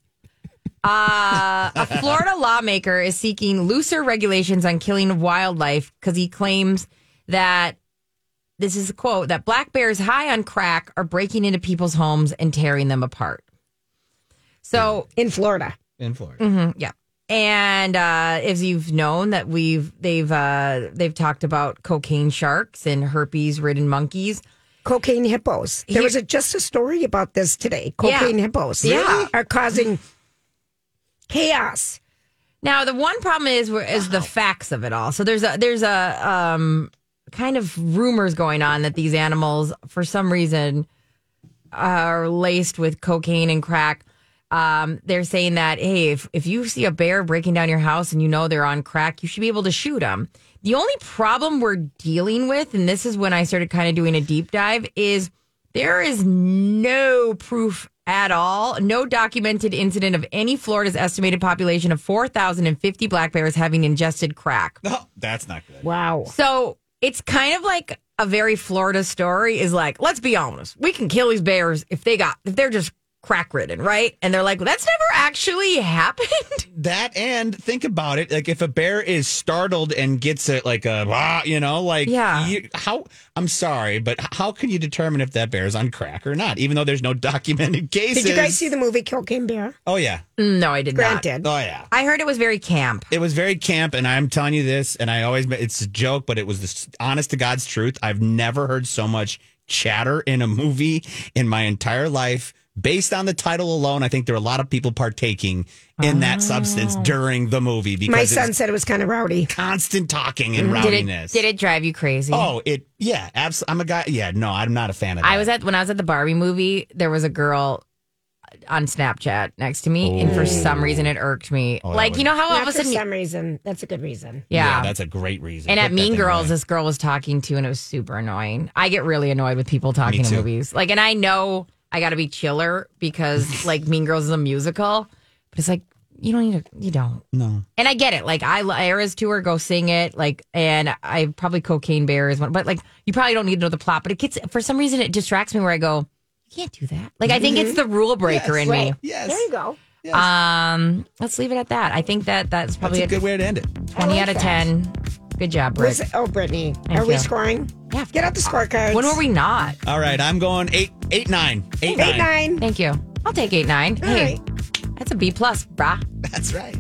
[SPEAKER 2] Uh, a Florida lawmaker is seeking looser regulations on killing of wildlife because he claims that this is a quote that black bears high on crack are breaking into people's homes and tearing them apart. So
[SPEAKER 1] In Florida.
[SPEAKER 3] in Florida.
[SPEAKER 1] Mm-hmm.
[SPEAKER 2] Mhm, yeah. And uh, as you've known that we've they've uh, they've talked about cocaine sharks and herpes ridden monkeys.
[SPEAKER 1] cocaine hippos. There
[SPEAKER 2] Here-
[SPEAKER 1] was a, just a story about this today. Cocaine
[SPEAKER 2] Yeah.
[SPEAKER 1] hippos
[SPEAKER 2] Yeah.
[SPEAKER 1] are causing chaos.
[SPEAKER 2] Now the one problem is where- is the facts of it all. So there's a there's a um, kind of rumors going on that these animals for some reason are laced with cocaine and crack. Um, they're saying that hey, if if you see a bear breaking down your house and you know they're on crack, you should be able to shoot them. The only problem we're dealing with, and this is when I started kind of doing a deep dive, is there is no proof at all, no documented incident of any Florida's estimated population of 4,050 black bears having ingested crack.
[SPEAKER 3] No, Oh, that's not good.
[SPEAKER 1] Wow.
[SPEAKER 2] So it's kind of like a very Florida story is like, let's be honest, we can kill these bears if they got, if they're just crack ridden, right? And they're like, well, that's never actually happened.
[SPEAKER 3] That and think about it, like if a bear is startled and gets it like a "Ah," you know, like
[SPEAKER 2] Yeah.
[SPEAKER 3] you, how I'm sorry, but how can you determine if that bear is on crack or not? Even though there's no documented cases.
[SPEAKER 1] Did you guys see the movie Kill Game Bear?
[SPEAKER 3] Oh yeah.
[SPEAKER 2] No, I did
[SPEAKER 1] Granted.
[SPEAKER 3] Oh yeah.
[SPEAKER 2] not. I heard it was very camp.
[SPEAKER 3] It was very camp, and I'm telling you this, and I always, it's a joke, but it was the honest to God's truth. I've never heard so much chatter in a movie in my entire life. Based on the title alone, I think there were a lot of people partaking in that substance during the movie because
[SPEAKER 1] Oh. My
[SPEAKER 3] it's
[SPEAKER 1] son said it was kind of rowdy.
[SPEAKER 3] constant talking and
[SPEAKER 2] Did it,
[SPEAKER 3] rowdiness.
[SPEAKER 2] did it drive you crazy?
[SPEAKER 3] Oh, it, yeah, absolutely. I'm a guy, yeah, no, I'm not a fan of that.
[SPEAKER 2] I was at when I was at the Barbie movie. There was a girl on Snapchat next to me, and for some reason it irked me.
[SPEAKER 3] Oh, that
[SPEAKER 2] like
[SPEAKER 3] would-
[SPEAKER 2] you know how all
[SPEAKER 1] Not
[SPEAKER 2] of a
[SPEAKER 1] for
[SPEAKER 2] sudden,
[SPEAKER 1] some reason. That's a good reason.
[SPEAKER 2] yeah.
[SPEAKER 3] that's a great reason.
[SPEAKER 2] and
[SPEAKER 3] Put
[SPEAKER 2] at
[SPEAKER 3] that
[SPEAKER 2] Mean
[SPEAKER 3] thing
[SPEAKER 2] Girls,
[SPEAKER 3] away.
[SPEAKER 2] this girl was talking to, and it was super annoying. I get really annoyed with people talking in
[SPEAKER 3] too.
[SPEAKER 2] movies. Like, and I know I got to be chiller because like Mean Girls is a musical, but it's like you don't need to. You don't.
[SPEAKER 3] No.
[SPEAKER 2] And I get it. Like I Era's tour, go sing it. Like and I probably cocaine bear is one, but like you probably don't need to know the plot. But it gets for some reason it distracts me where I go, you can't do that. Like I think it's the rule breaker in me.
[SPEAKER 3] Mm-hmm. Yes.
[SPEAKER 1] There you go.
[SPEAKER 2] Um, let's leave it at that. I think that that's
[SPEAKER 3] That's
[SPEAKER 2] probably
[SPEAKER 3] a good way to end it.
[SPEAKER 2] a twenty out of ten. Good job, Britt.
[SPEAKER 1] Was- oh, Brittany, are we
[SPEAKER 2] you.
[SPEAKER 1] scoring?
[SPEAKER 2] Yeah.
[SPEAKER 1] Get out the scorecards.
[SPEAKER 2] when were we not?
[SPEAKER 3] All right, I'm going eight, eight, nine, eight,
[SPEAKER 1] Eight,
[SPEAKER 3] nine.
[SPEAKER 1] nine.
[SPEAKER 2] Thank you. I'll take eight nine.
[SPEAKER 1] All
[SPEAKER 2] Hey,
[SPEAKER 1] right.
[SPEAKER 2] that's a B plus, brah.
[SPEAKER 3] That's right.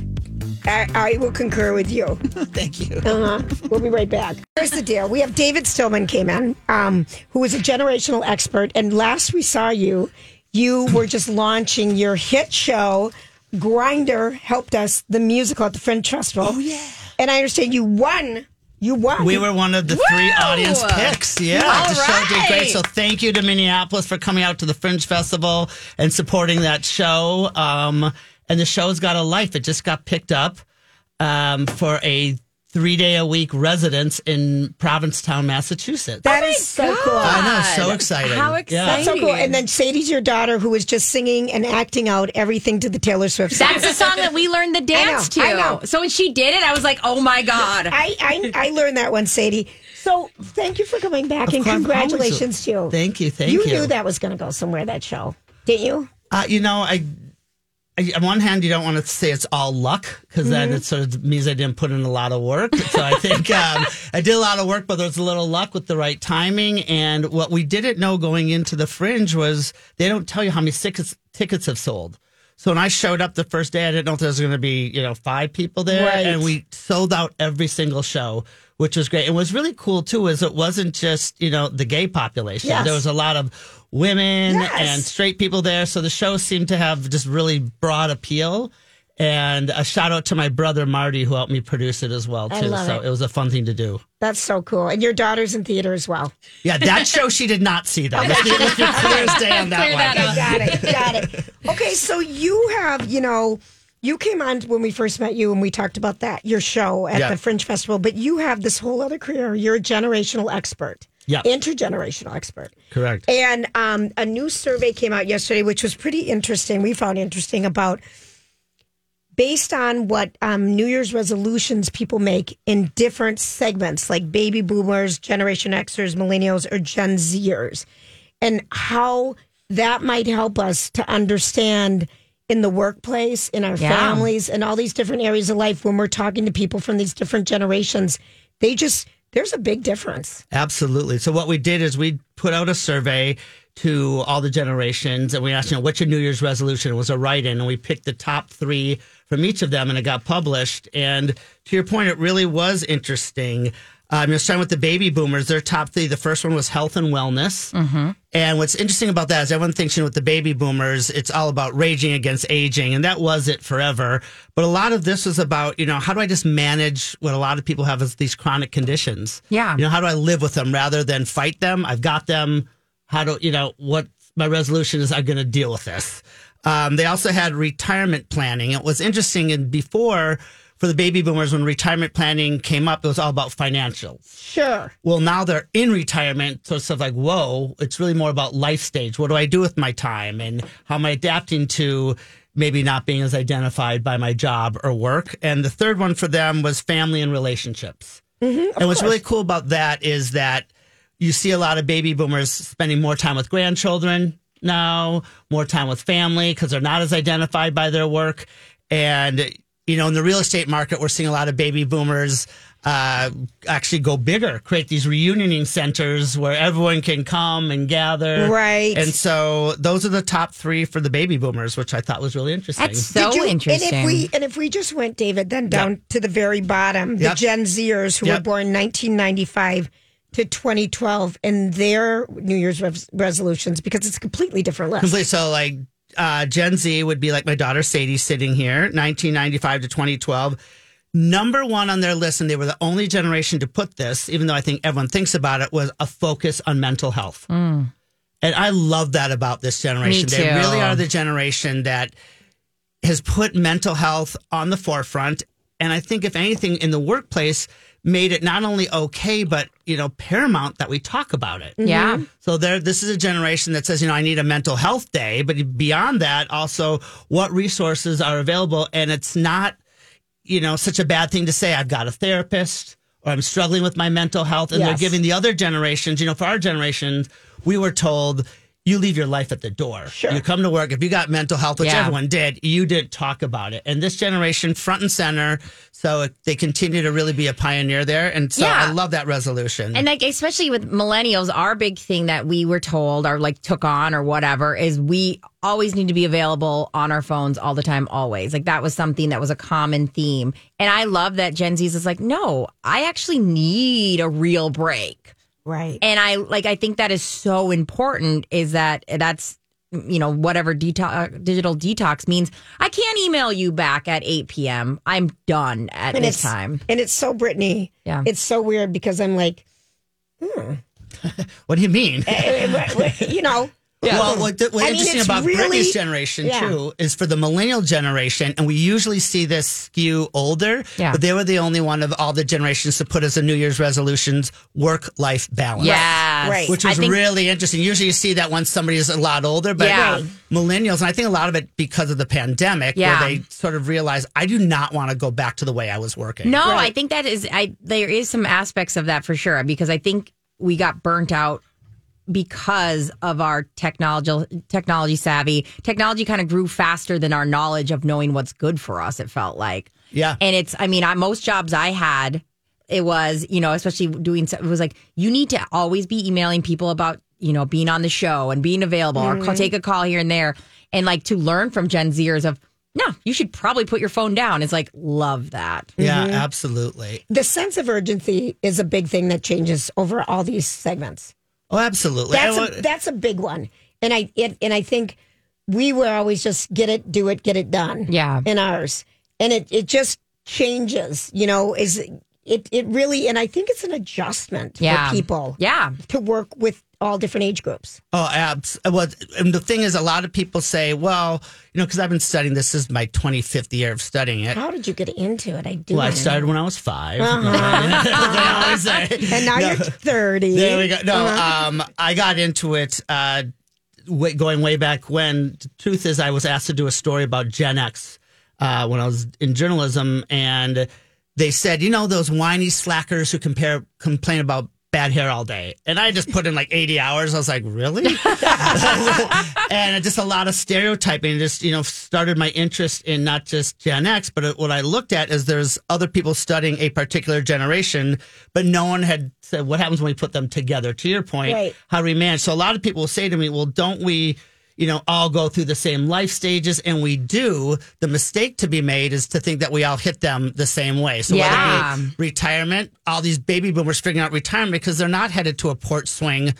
[SPEAKER 1] I, I will concur with you.
[SPEAKER 3] Thank you.
[SPEAKER 1] Uh-huh. We'll be right back. Here's the deal. We have David Stillman came in, um, who is a generational expert. And last we saw you, you were just launching your hit show. Grinder helped us the musical at the Fringe Festival. Oh yeah. And I understand you won. You won.
[SPEAKER 10] We were one of the three audience picks. Yeah,
[SPEAKER 2] All
[SPEAKER 10] the show did
[SPEAKER 2] right.
[SPEAKER 10] great. So thank you to Minneapolis for coming out to the Fringe Festival and supporting that show. Um, and the show's got a life. It just got picked up um, for a three day a week residence in Provincetown, Massachusetts.
[SPEAKER 1] That is
[SPEAKER 10] Oh
[SPEAKER 1] so cool.
[SPEAKER 10] I know, so exciting.
[SPEAKER 2] How
[SPEAKER 10] Yeah.
[SPEAKER 2] exciting!
[SPEAKER 1] That's so cool. And then Sadie's your daughter, who is just singing and acting out everything to the Taylor Swift song.
[SPEAKER 2] That's the song that we learned the
[SPEAKER 1] I know,
[SPEAKER 2] dance
[SPEAKER 1] I
[SPEAKER 2] to.
[SPEAKER 1] know.
[SPEAKER 2] So when she did it, I was like, "Oh my god!"
[SPEAKER 1] I, I I learned that one, Sadie. So thank you for coming back
[SPEAKER 10] Of
[SPEAKER 1] and
[SPEAKER 10] course, I'm always-
[SPEAKER 1] congratulations to you.
[SPEAKER 10] Thank you, thank
[SPEAKER 1] you.
[SPEAKER 10] you.
[SPEAKER 1] knew that was going to go somewhere. That show, didn't you?
[SPEAKER 10] Uh, you know, I, I on one hand, you don't want to say it's all luck because then it sort of means I didn't put in a lot of work. So I think um, I did a lot of work, but there's a little luck with the right timing. And what we didn't know going into the fringe was they don't tell you how many tickets tickets have sold. So when I showed up the first day, I didn't know if there was going to be you know five people there,
[SPEAKER 1] Right.
[SPEAKER 10] and we sold out every single show, which was great. And what's really cool too is it wasn't just you know the gay population.
[SPEAKER 1] Yes.
[SPEAKER 10] There was a lot of women
[SPEAKER 1] Yes.
[SPEAKER 10] and straight people there. So the show seemed to have just really broad appeal. And a shout out to my brother Marty who helped me produce it as well too.
[SPEAKER 1] I love
[SPEAKER 10] so
[SPEAKER 1] it.
[SPEAKER 10] it. was a fun thing to do.
[SPEAKER 1] That's so cool. And your daughter's in theater as well.
[SPEAKER 10] Yeah, that show she did not see though. Let's be, let's be clear as day on that
[SPEAKER 2] Clear
[SPEAKER 10] one.
[SPEAKER 2] that up.
[SPEAKER 1] Got it. Got it. Okay, so you have, you know, you came on when we first met you and we talked about that, your show at
[SPEAKER 10] Yeah.
[SPEAKER 1] the Fringe Festival, but you have this whole other career. You're a generational expert.
[SPEAKER 10] Yeah.
[SPEAKER 1] Intergenerational expert.
[SPEAKER 10] Correct.
[SPEAKER 1] And um, a new survey came out yesterday, which was pretty interesting. We found interesting about based on what um, New Year's resolutions people make in different segments, like baby boomers, Generation Xers, millennials, or Gen Zers, and how that might help us to understand in the workplace, in our
[SPEAKER 2] Yeah.
[SPEAKER 1] families, and all these different areas of life when we're talking to people from these different generations. They just, there's a big difference.
[SPEAKER 10] Absolutely. So what we did is we put out a survey to all the generations and we asked, you know, what's your New Year's resolution? It was a write in and we picked the top three from each of them and it got published. And to your point, it really was interesting. Um, you're starting with the baby boomers, their top three. The first one was health and wellness. And what's interesting about that is everyone thinks, you know, with the baby boomers, it's all about raging against aging. And that was it forever. But a lot of this was about, you know, how do I just manage what a lot of people have as these chronic conditions?
[SPEAKER 2] Yeah.
[SPEAKER 10] You know, how do I live with them rather than fight them? I've got them. How do you know what my resolution is? I'm going to deal with this. Um, they also had retirement planning. It was interesting, and before for the baby boomers when retirement planning came up, it was all about financials.
[SPEAKER 1] Sure.
[SPEAKER 10] Well, now they're in retirement, so it's stuff like, whoa, it's really more about life stage. What do I do with my time, and how am I adapting to maybe not being as identified by my job or work? And the third one for them was family and relationships. and what's really cool about that is that you see a lot of baby boomers spending more time with grandchildren now, more time with family because they're not as identified by their work. And, you know, in the real estate market, we're seeing a lot of baby boomers uh, actually go bigger, create these reunioning centers where everyone can come and gather.
[SPEAKER 1] Right.
[SPEAKER 10] And so those are the top three for the baby boomers, which I thought was really interesting.
[SPEAKER 2] That's so
[SPEAKER 1] Did you-
[SPEAKER 2] interesting.
[SPEAKER 1] And if we and if we just went, David, then down to the very bottom, the
[SPEAKER 10] Yep.
[SPEAKER 1] Gen Zers who were
[SPEAKER 10] Yep.
[SPEAKER 1] born 1995 to 2012, and their New Year's res- resolutions because it's a completely different list.
[SPEAKER 10] Completely. So like uh, Gen Z would be like my daughter Sadie sitting here, 1995 to 2012. Number one on their list, and they were the only generation to put this, even though I think everyone thinks about it, was a focus on mental health. And I love that about this generation.
[SPEAKER 2] Mm. Me
[SPEAKER 10] They
[SPEAKER 2] too.
[SPEAKER 10] really are the generation that has put mental health on the forefront. And I think if anything in the workplace made it not only okay, but you know, paramount that we talk about it.
[SPEAKER 2] Yeah.
[SPEAKER 1] Mm-hmm.
[SPEAKER 10] So there, this is a generation that says, you know, I need a mental health day. But beyond that, also what resources are available, and it's not, you know, such a bad thing to say. I've got a therapist, or I'm struggling with my mental health, and
[SPEAKER 1] Yes.
[SPEAKER 10] they're giving the other generations, you know, for our generations, we were told. You leave your life at the door. Sure. You come to work. If you got mental health, which
[SPEAKER 2] Yeah.
[SPEAKER 10] everyone did, you didn't talk about it. And this generation, front and center. So they continue to really be a pioneer there. And so
[SPEAKER 2] Yeah.
[SPEAKER 10] I love that resolution.
[SPEAKER 2] And like especially with millennials, our big thing that we were told or like took on or whatever is we always need to be available on our phones all the time, always. Like that was something that was a common theme. And I love that Gen Z's is like, no, I actually need a real break.
[SPEAKER 1] Right.
[SPEAKER 2] And I like I think that is so important is that that's you know whatever detox uh, digital detox means. I can't email you back at eight p.m. I'm done at
[SPEAKER 1] and
[SPEAKER 2] this
[SPEAKER 1] it's
[SPEAKER 2] time.
[SPEAKER 1] and it's so Brittany.
[SPEAKER 2] Yeah.
[SPEAKER 1] It's so weird because I'm like, eh,
[SPEAKER 10] what do you mean?
[SPEAKER 1] you know,
[SPEAKER 10] Well, what, the, what's
[SPEAKER 1] I mean,
[SPEAKER 10] interesting
[SPEAKER 1] it's
[SPEAKER 10] about
[SPEAKER 1] really-
[SPEAKER 10] Britney's generation
[SPEAKER 1] yeah.
[SPEAKER 10] too is for the millennial generation, and we usually see this skew older.
[SPEAKER 2] Yeah.
[SPEAKER 10] But they were the only one of all the generations to put as a New Year's resolutions work life balance.
[SPEAKER 2] Yes.
[SPEAKER 1] Right.
[SPEAKER 10] Which
[SPEAKER 2] I
[SPEAKER 10] is
[SPEAKER 2] think-
[SPEAKER 10] really interesting. Usually you see that once somebody is a lot older, but
[SPEAKER 2] Yeah. Right.
[SPEAKER 10] millennials, and I think a lot of it because of the pandemic,
[SPEAKER 2] Yeah.
[SPEAKER 10] where they sort of realize, I do not want to go back to the way I was working.
[SPEAKER 2] No, I think that is I there is some aspects of that for sure because I think we got burnt out because of our technology technology savvy. Technology kind of grew faster than our knowledge of knowing what's good for us it felt like.
[SPEAKER 10] Yeah.
[SPEAKER 2] And it's I mean, I, most jobs I had it was, you know, especially doing it was like you need to always be emailing people about you know, being on the show and being available or call, take a call here and there. And like to learn from Gen Zers of, no, you should probably put your phone down. It's like, love that.
[SPEAKER 10] Yeah, absolutely.
[SPEAKER 1] the sense of urgency is a big thing that changes over all these segments.
[SPEAKER 10] Oh, absolutely.
[SPEAKER 1] That's
[SPEAKER 10] I
[SPEAKER 1] a,
[SPEAKER 10] wa-
[SPEAKER 1] that's a big one, and I it, and I think we were always just get it, do it, get it done.
[SPEAKER 2] Yeah.
[SPEAKER 1] in ours, and it it just changes. You know, is it it really? And I think it's an adjustment
[SPEAKER 2] Yeah.
[SPEAKER 1] for people.
[SPEAKER 2] Yeah.
[SPEAKER 1] to work with all different age groups.
[SPEAKER 10] Oh, abs. Well, and the thing is, a lot of people say, well, you know, because I've been studying this, this is my 25th year of studying it.
[SPEAKER 1] How did you get into it? I do.
[SPEAKER 10] Well, I
[SPEAKER 1] wanna know.
[SPEAKER 10] started when I was 5
[SPEAKER 1] Uh-huh.
[SPEAKER 10] I always say.
[SPEAKER 1] and now
[SPEAKER 10] No.
[SPEAKER 1] you're thirty. Uh-huh.
[SPEAKER 10] There we go. No, um, I got into it uh, wa going way back when. The truth is, I was asked to do a story about Gen X uh, when I was in journalism, and they said, you know, those whiny slackers who compare complain about bad hair all day. And I just put in like 80 hours. I was like, really? and just a lot of stereotyping just you know started my interest in not just gen x but uh, what i looked at is there's other people studying a particular generation but no one had said what happens when we put them together to your point
[SPEAKER 1] Right.
[SPEAKER 10] how do we manage so a lot of people will say to me well don't we you know all go through the same life stages and we do the mistake to be made is to think that we all hit them the same way so
[SPEAKER 2] Yeah.
[SPEAKER 10] whether it be retirement all these baby boomers figuring out retirement because they're not headed to a port swing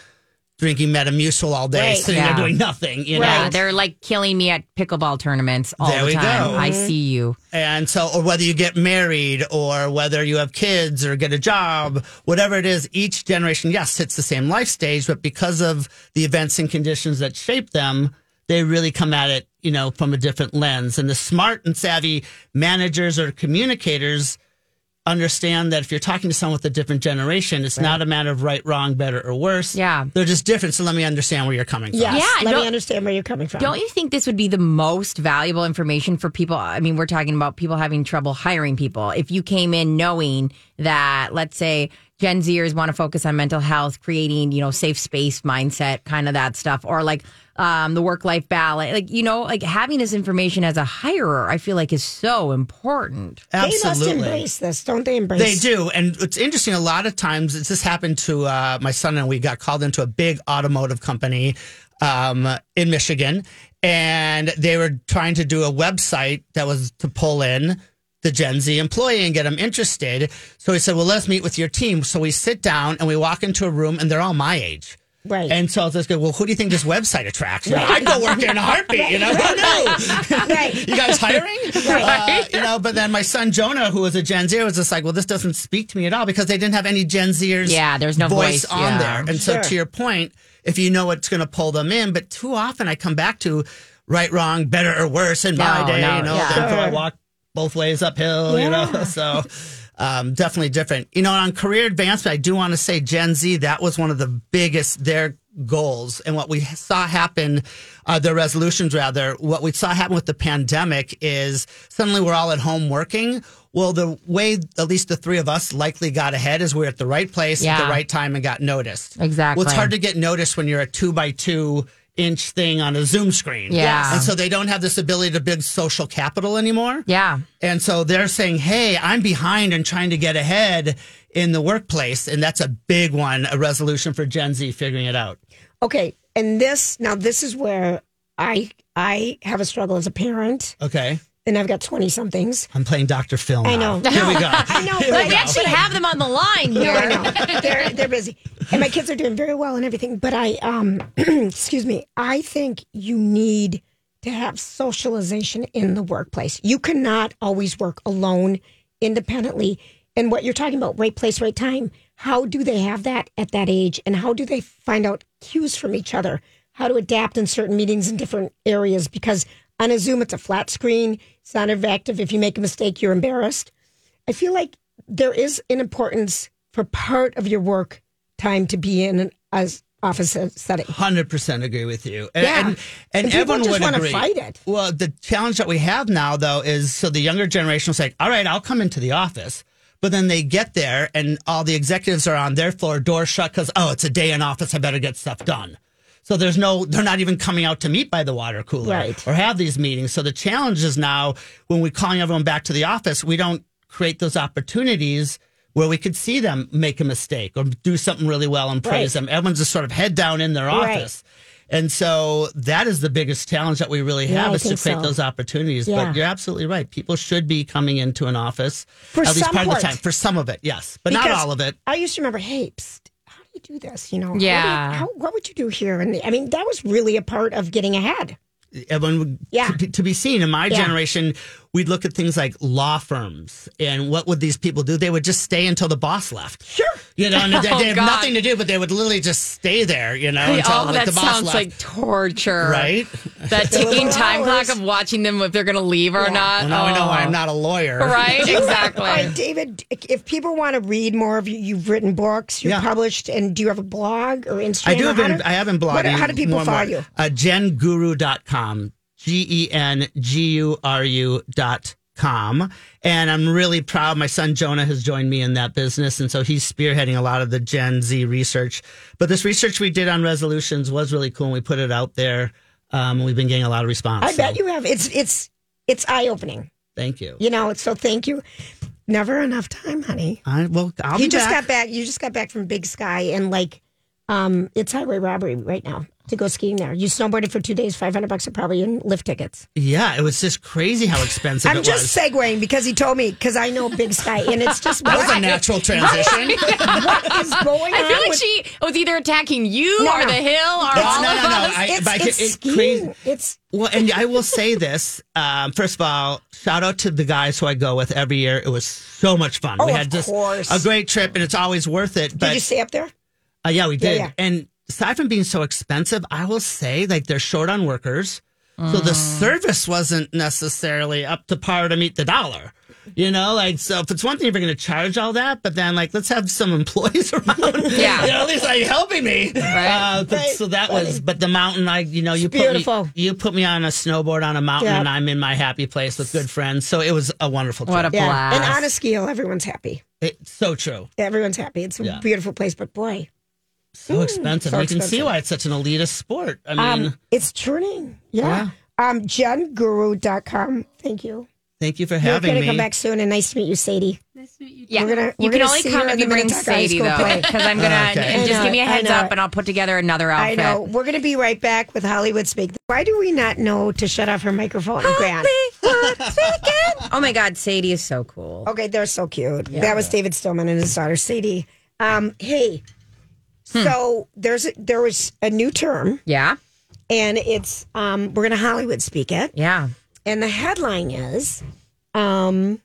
[SPEAKER 10] drinking metamucil all day
[SPEAKER 1] Right.
[SPEAKER 10] sitting
[SPEAKER 2] Yeah.
[SPEAKER 10] there doing nothing you know
[SPEAKER 2] Yeah, they're like killing me at pickleball tournaments all
[SPEAKER 10] There
[SPEAKER 2] the
[SPEAKER 10] we
[SPEAKER 2] time.
[SPEAKER 10] go. Mm-hmm.
[SPEAKER 2] I see you.
[SPEAKER 10] And so, or whether you get married or whether you have kids or get a job, whatever it is, each generation, yes, hits the same life stage, but because of the events and conditions that shape them, they really come at it you know, from a different lens. And the smart and savvy managers or communicators understand that if you're talking to someone with a different generation, it's not a matter of right, wrong, better, or worse.
[SPEAKER 2] Yeah.
[SPEAKER 10] They're just different. So let me understand where you're coming from.
[SPEAKER 1] Yes.
[SPEAKER 2] Yeah,
[SPEAKER 1] Let
[SPEAKER 2] don't-
[SPEAKER 1] me understand where you're coming from.
[SPEAKER 2] Don't you think this would be the most valuable information for people? I mean, we're talking about people having trouble hiring people. If you came in knowing that, let's say, Gen Zers want to focus on mental health, creating, you know, safe space mindset, kind of that stuff, or like um, the work life balance, like, you know, like having this information as a hirer, I feel like is so important.
[SPEAKER 1] They must embrace this, don't they? Embrace.
[SPEAKER 10] They do, and it's interesting. A lot of times, it's- this happened to uh, my son and we got called into a big automotive company um, in Michigan, and they were trying to do a website that was to pull in the Gen Z employee and get them interested. So he said, "Well, let's meet with your team." So we sit down and we walk into a room, and they're all my age.
[SPEAKER 1] Right.
[SPEAKER 10] And so I was just going, well, who do you think this website attracts? I'd go work there in a heartbeat, you know? Who knew?
[SPEAKER 1] Right.
[SPEAKER 10] you guys hiring?
[SPEAKER 1] Right.
[SPEAKER 10] Uh, you know, but then my son Jonah, who was a Gen Zer, was just like, well, this doesn't speak to me at all because they didn't have any Gen Zers.
[SPEAKER 2] Yeah, there's no voice,
[SPEAKER 10] on
[SPEAKER 2] yeah.
[SPEAKER 10] there. And so,
[SPEAKER 1] Sure.
[SPEAKER 10] to your point, if you know what's going to pull them in, but too often I come back to right, wrong, better or worse in my
[SPEAKER 2] No,
[SPEAKER 10] day.
[SPEAKER 2] no,
[SPEAKER 10] you know,
[SPEAKER 2] yeah.
[SPEAKER 10] therefore I walk both ways uphill. You know, so. Um, definitely different. You know, on career advancement, I do want to say Gen Z, that was one of the biggest, their goals. And what we saw happen, uh, their resolutions rather, what we saw happen with the pandemic is suddenly we're all at home working. Well, the way at least the three of us likely got ahead is we're at the right place at
[SPEAKER 2] Yeah.
[SPEAKER 10] the right time and got noticed.
[SPEAKER 2] Exactly.
[SPEAKER 10] Well, it's hard to get noticed when you're a two by two inch thing on a Zoom screen.
[SPEAKER 2] Yeah.
[SPEAKER 10] And so they don't have this ability to build social capital anymore.
[SPEAKER 2] Yeah.
[SPEAKER 10] And so they're saying, hey, I'm behind and trying to get ahead in the workplace. And that's a big one, a resolution for Gen Z figuring it out.
[SPEAKER 1] Okay, and this now this is where I I have a struggle as a parent,
[SPEAKER 10] Okay.
[SPEAKER 1] and I've got twenty somethings.
[SPEAKER 10] I'm playing Dr. Phil.
[SPEAKER 1] I
[SPEAKER 10] now.
[SPEAKER 1] know.
[SPEAKER 10] Here we go.
[SPEAKER 1] I know,
[SPEAKER 10] Here
[SPEAKER 1] but
[SPEAKER 2] We
[SPEAKER 10] go.
[SPEAKER 2] actually have them on the line
[SPEAKER 1] No, I
[SPEAKER 2] here.
[SPEAKER 1] know. They're they're busy. And my kids are doing very well and everything, but I um excuse me, I think you need to have socialization in the workplace. You cannot always work alone independently. And what you're talking about, right place, right time. How do they have that at that age? And how do they find out cues from each other? How to adapt in certain meetings in different areas? Because on a Zoom, it's a flat screen, it's not interactive. If you make a mistake, you're embarrassed. I feel like there is an importance for part of your work time to be in an as office setting.
[SPEAKER 10] 100% agree with you. And,
[SPEAKER 1] Yeah.
[SPEAKER 10] and, and
[SPEAKER 1] And people
[SPEAKER 10] everyone
[SPEAKER 1] just
[SPEAKER 10] would
[SPEAKER 1] wanna
[SPEAKER 10] agree.
[SPEAKER 1] fight it.
[SPEAKER 10] Well, the challenge that we have now, though, is so the younger generation will say, all right, I'll come into the office. But then they get there and all the executives are on their floor, door shut, because, oh, it's a day in office. I better get stuff done. So there's no, they're not even coming out to meet by the water cooler
[SPEAKER 1] Right.
[SPEAKER 10] or have these meetings. So the challenge is now when we're calling everyone back to the office, we don't create those opportunities where we could see them make a mistake or do something really well and praise
[SPEAKER 1] Right.
[SPEAKER 10] them. Everyone's just sort of head down in their
[SPEAKER 1] Right.
[SPEAKER 10] office. And so that is the biggest challenge that we really
[SPEAKER 1] Yeah,
[SPEAKER 10] have
[SPEAKER 1] I
[SPEAKER 10] is to
[SPEAKER 1] think
[SPEAKER 10] create
[SPEAKER 1] so.
[SPEAKER 10] those opportunities.
[SPEAKER 1] Yeah.
[SPEAKER 10] But you're absolutely right. People should be coming into an office
[SPEAKER 1] For
[SPEAKER 10] at least
[SPEAKER 1] some
[SPEAKER 10] part of
[SPEAKER 1] part.
[SPEAKER 10] the time. For some of it, yes. But not
[SPEAKER 1] Because
[SPEAKER 10] all of it.
[SPEAKER 1] I used to remember, hey, psst, how do you do this? You know, what do you-
[SPEAKER 2] Yeah.
[SPEAKER 1] how, what would you do here? And I mean, that was really a part of getting ahead.
[SPEAKER 10] everyone would,
[SPEAKER 1] Yeah.
[SPEAKER 10] to, be- to be seen. In my
[SPEAKER 1] Yeah.
[SPEAKER 10] generation, we'd look at things like law firms and what would these people do? They would just stay until the boss left. Sure. You know, and they,
[SPEAKER 2] Oh,
[SPEAKER 10] they have
[SPEAKER 2] God.
[SPEAKER 10] nothing to do, but they would literally just stay there, you know, until
[SPEAKER 2] oh,
[SPEAKER 10] like,
[SPEAKER 2] that
[SPEAKER 10] the boss
[SPEAKER 2] sounds
[SPEAKER 10] left.
[SPEAKER 2] like torture.
[SPEAKER 10] right?
[SPEAKER 2] That ticking time
[SPEAKER 1] hours.
[SPEAKER 2] clock of watching them if they're going to leave or not.
[SPEAKER 10] Well, now I know why
[SPEAKER 2] Oh.
[SPEAKER 10] I'm not a lawyer.
[SPEAKER 2] Right?
[SPEAKER 1] All right,
[SPEAKER 2] Exactly.
[SPEAKER 1] David, if people want to read more of you, you've written books, you've
[SPEAKER 10] Yeah.
[SPEAKER 1] published, and do you have a blog or Instagram?
[SPEAKER 10] I do have
[SPEAKER 1] How
[SPEAKER 10] been,
[SPEAKER 1] do-
[SPEAKER 10] I have been blogging.
[SPEAKER 1] what- how do people
[SPEAKER 10] more and
[SPEAKER 1] follow
[SPEAKER 10] more.
[SPEAKER 1] you?
[SPEAKER 10] Uh, genguru.com. E G-E-N-G-U-R-U dot com. And I'm really proud. My son Jonah has joined me in that business. And so he's spearheading a lot of the Gen Z research. But this research we did on resolutions was really cool. And we put it out there. Um, and we've been getting a lot of response.
[SPEAKER 1] I
[SPEAKER 10] So
[SPEAKER 1] bet you have. It's it's it's eye opening.
[SPEAKER 10] Thank you.
[SPEAKER 1] You know, so thank you. Never enough time, honey.
[SPEAKER 10] I, well, I'll
[SPEAKER 1] you
[SPEAKER 10] be
[SPEAKER 1] just
[SPEAKER 10] back.
[SPEAKER 1] got back. You just got back from Big Sky, and like, um, it's highway robbery right now to go skiing there. You snowboarded for two days, five hundred bucks are probably in lift tickets.
[SPEAKER 10] yeah, it was just crazy how expensive
[SPEAKER 1] I'm
[SPEAKER 10] it
[SPEAKER 1] just
[SPEAKER 10] was.
[SPEAKER 1] segueing because he told me because I know Big Sky, and it's just
[SPEAKER 10] that was a
[SPEAKER 1] what-
[SPEAKER 10] natural transition.
[SPEAKER 1] what is going on?
[SPEAKER 2] I feel like
[SPEAKER 1] with-
[SPEAKER 2] she was either attacking you
[SPEAKER 1] No,
[SPEAKER 2] or
[SPEAKER 1] no.
[SPEAKER 2] the hill or all
[SPEAKER 10] no,
[SPEAKER 2] of
[SPEAKER 10] no, no.
[SPEAKER 2] us.
[SPEAKER 10] I-
[SPEAKER 1] it's,
[SPEAKER 10] but I
[SPEAKER 1] it's
[SPEAKER 10] can- it
[SPEAKER 1] skiing.
[SPEAKER 10] crazy-
[SPEAKER 1] it's
[SPEAKER 10] Well, and I will say this. Um, first of all, shout out to the guys who I go with every year. It was so much fun.
[SPEAKER 1] Oh,
[SPEAKER 10] we
[SPEAKER 1] of
[SPEAKER 10] had just
[SPEAKER 1] course.
[SPEAKER 10] a great trip, and it's always worth it.
[SPEAKER 1] did
[SPEAKER 10] But
[SPEAKER 1] you stay up there?
[SPEAKER 10] uh, yeah, we did.
[SPEAKER 1] yeah.
[SPEAKER 10] And aside from being so expensive, I will say like they're short on workers. So the
[SPEAKER 1] Mm.
[SPEAKER 10] service wasn't necessarily up to par to meet the dollar. You know, like so if it's one thing if you're gonna charge all that, but then like let's have some employees around.
[SPEAKER 2] Yeah.
[SPEAKER 10] You know, at least like helping me.
[SPEAKER 2] Right.
[SPEAKER 10] Uh, but, So that was but the mountain I you know, you put
[SPEAKER 1] beautiful.
[SPEAKER 10] me you put me on a snowboard on a mountain
[SPEAKER 1] Yeah.
[SPEAKER 10] and I'm in my happy place with good friends. So it was a wonderful trip.
[SPEAKER 2] What a
[SPEAKER 1] Yeah. And
[SPEAKER 2] blast.
[SPEAKER 1] on a scale, everyone's happy.
[SPEAKER 10] It's so true.
[SPEAKER 1] Everyone's happy. It's a
[SPEAKER 10] Yeah.
[SPEAKER 1] beautiful place, but boy,
[SPEAKER 10] So expensive.
[SPEAKER 1] so
[SPEAKER 10] you can see
[SPEAKER 1] expensive.
[SPEAKER 10] why it's such an elitist sport. I mean,
[SPEAKER 1] um, it's turning. Yeah. Um, jenguru.com. Thank you.
[SPEAKER 10] thank you for
[SPEAKER 1] You're
[SPEAKER 10] having
[SPEAKER 1] going to
[SPEAKER 10] me.
[SPEAKER 1] come back soon, and nice to meet you, Sadie.
[SPEAKER 2] Yeah,
[SPEAKER 1] We're gonna-
[SPEAKER 2] you
[SPEAKER 1] we're
[SPEAKER 2] can
[SPEAKER 1] gonna
[SPEAKER 2] only
[SPEAKER 1] see
[SPEAKER 2] come
[SPEAKER 1] her
[SPEAKER 2] if
[SPEAKER 1] in
[SPEAKER 2] you
[SPEAKER 1] the
[SPEAKER 2] bring
[SPEAKER 1] Minnetonka High
[SPEAKER 2] Sadie
[SPEAKER 1] School
[SPEAKER 2] though,
[SPEAKER 1] play.
[SPEAKER 2] because I'm gonna
[SPEAKER 10] Okay.
[SPEAKER 2] and just
[SPEAKER 1] I
[SPEAKER 2] give me a
[SPEAKER 1] know it, I
[SPEAKER 2] heads
[SPEAKER 1] know
[SPEAKER 2] up
[SPEAKER 1] it.
[SPEAKER 2] and I'll put together another
[SPEAKER 1] I
[SPEAKER 2] outfit.
[SPEAKER 1] know. We're going to be right back with Hollywood Speak. Why do we not know to shut off her microphone, Grant?
[SPEAKER 2] Hollywood speaking. Oh my God, Sadie is so cool.
[SPEAKER 1] Okay, they're so cute. That was David Stillman and his daughter Sadie. Um, hey, so there's a, there was a new term,
[SPEAKER 2] Yeah,
[SPEAKER 1] and it's um, we're going to Hollywood Speak it.
[SPEAKER 2] yeah.
[SPEAKER 1] And the headline is um,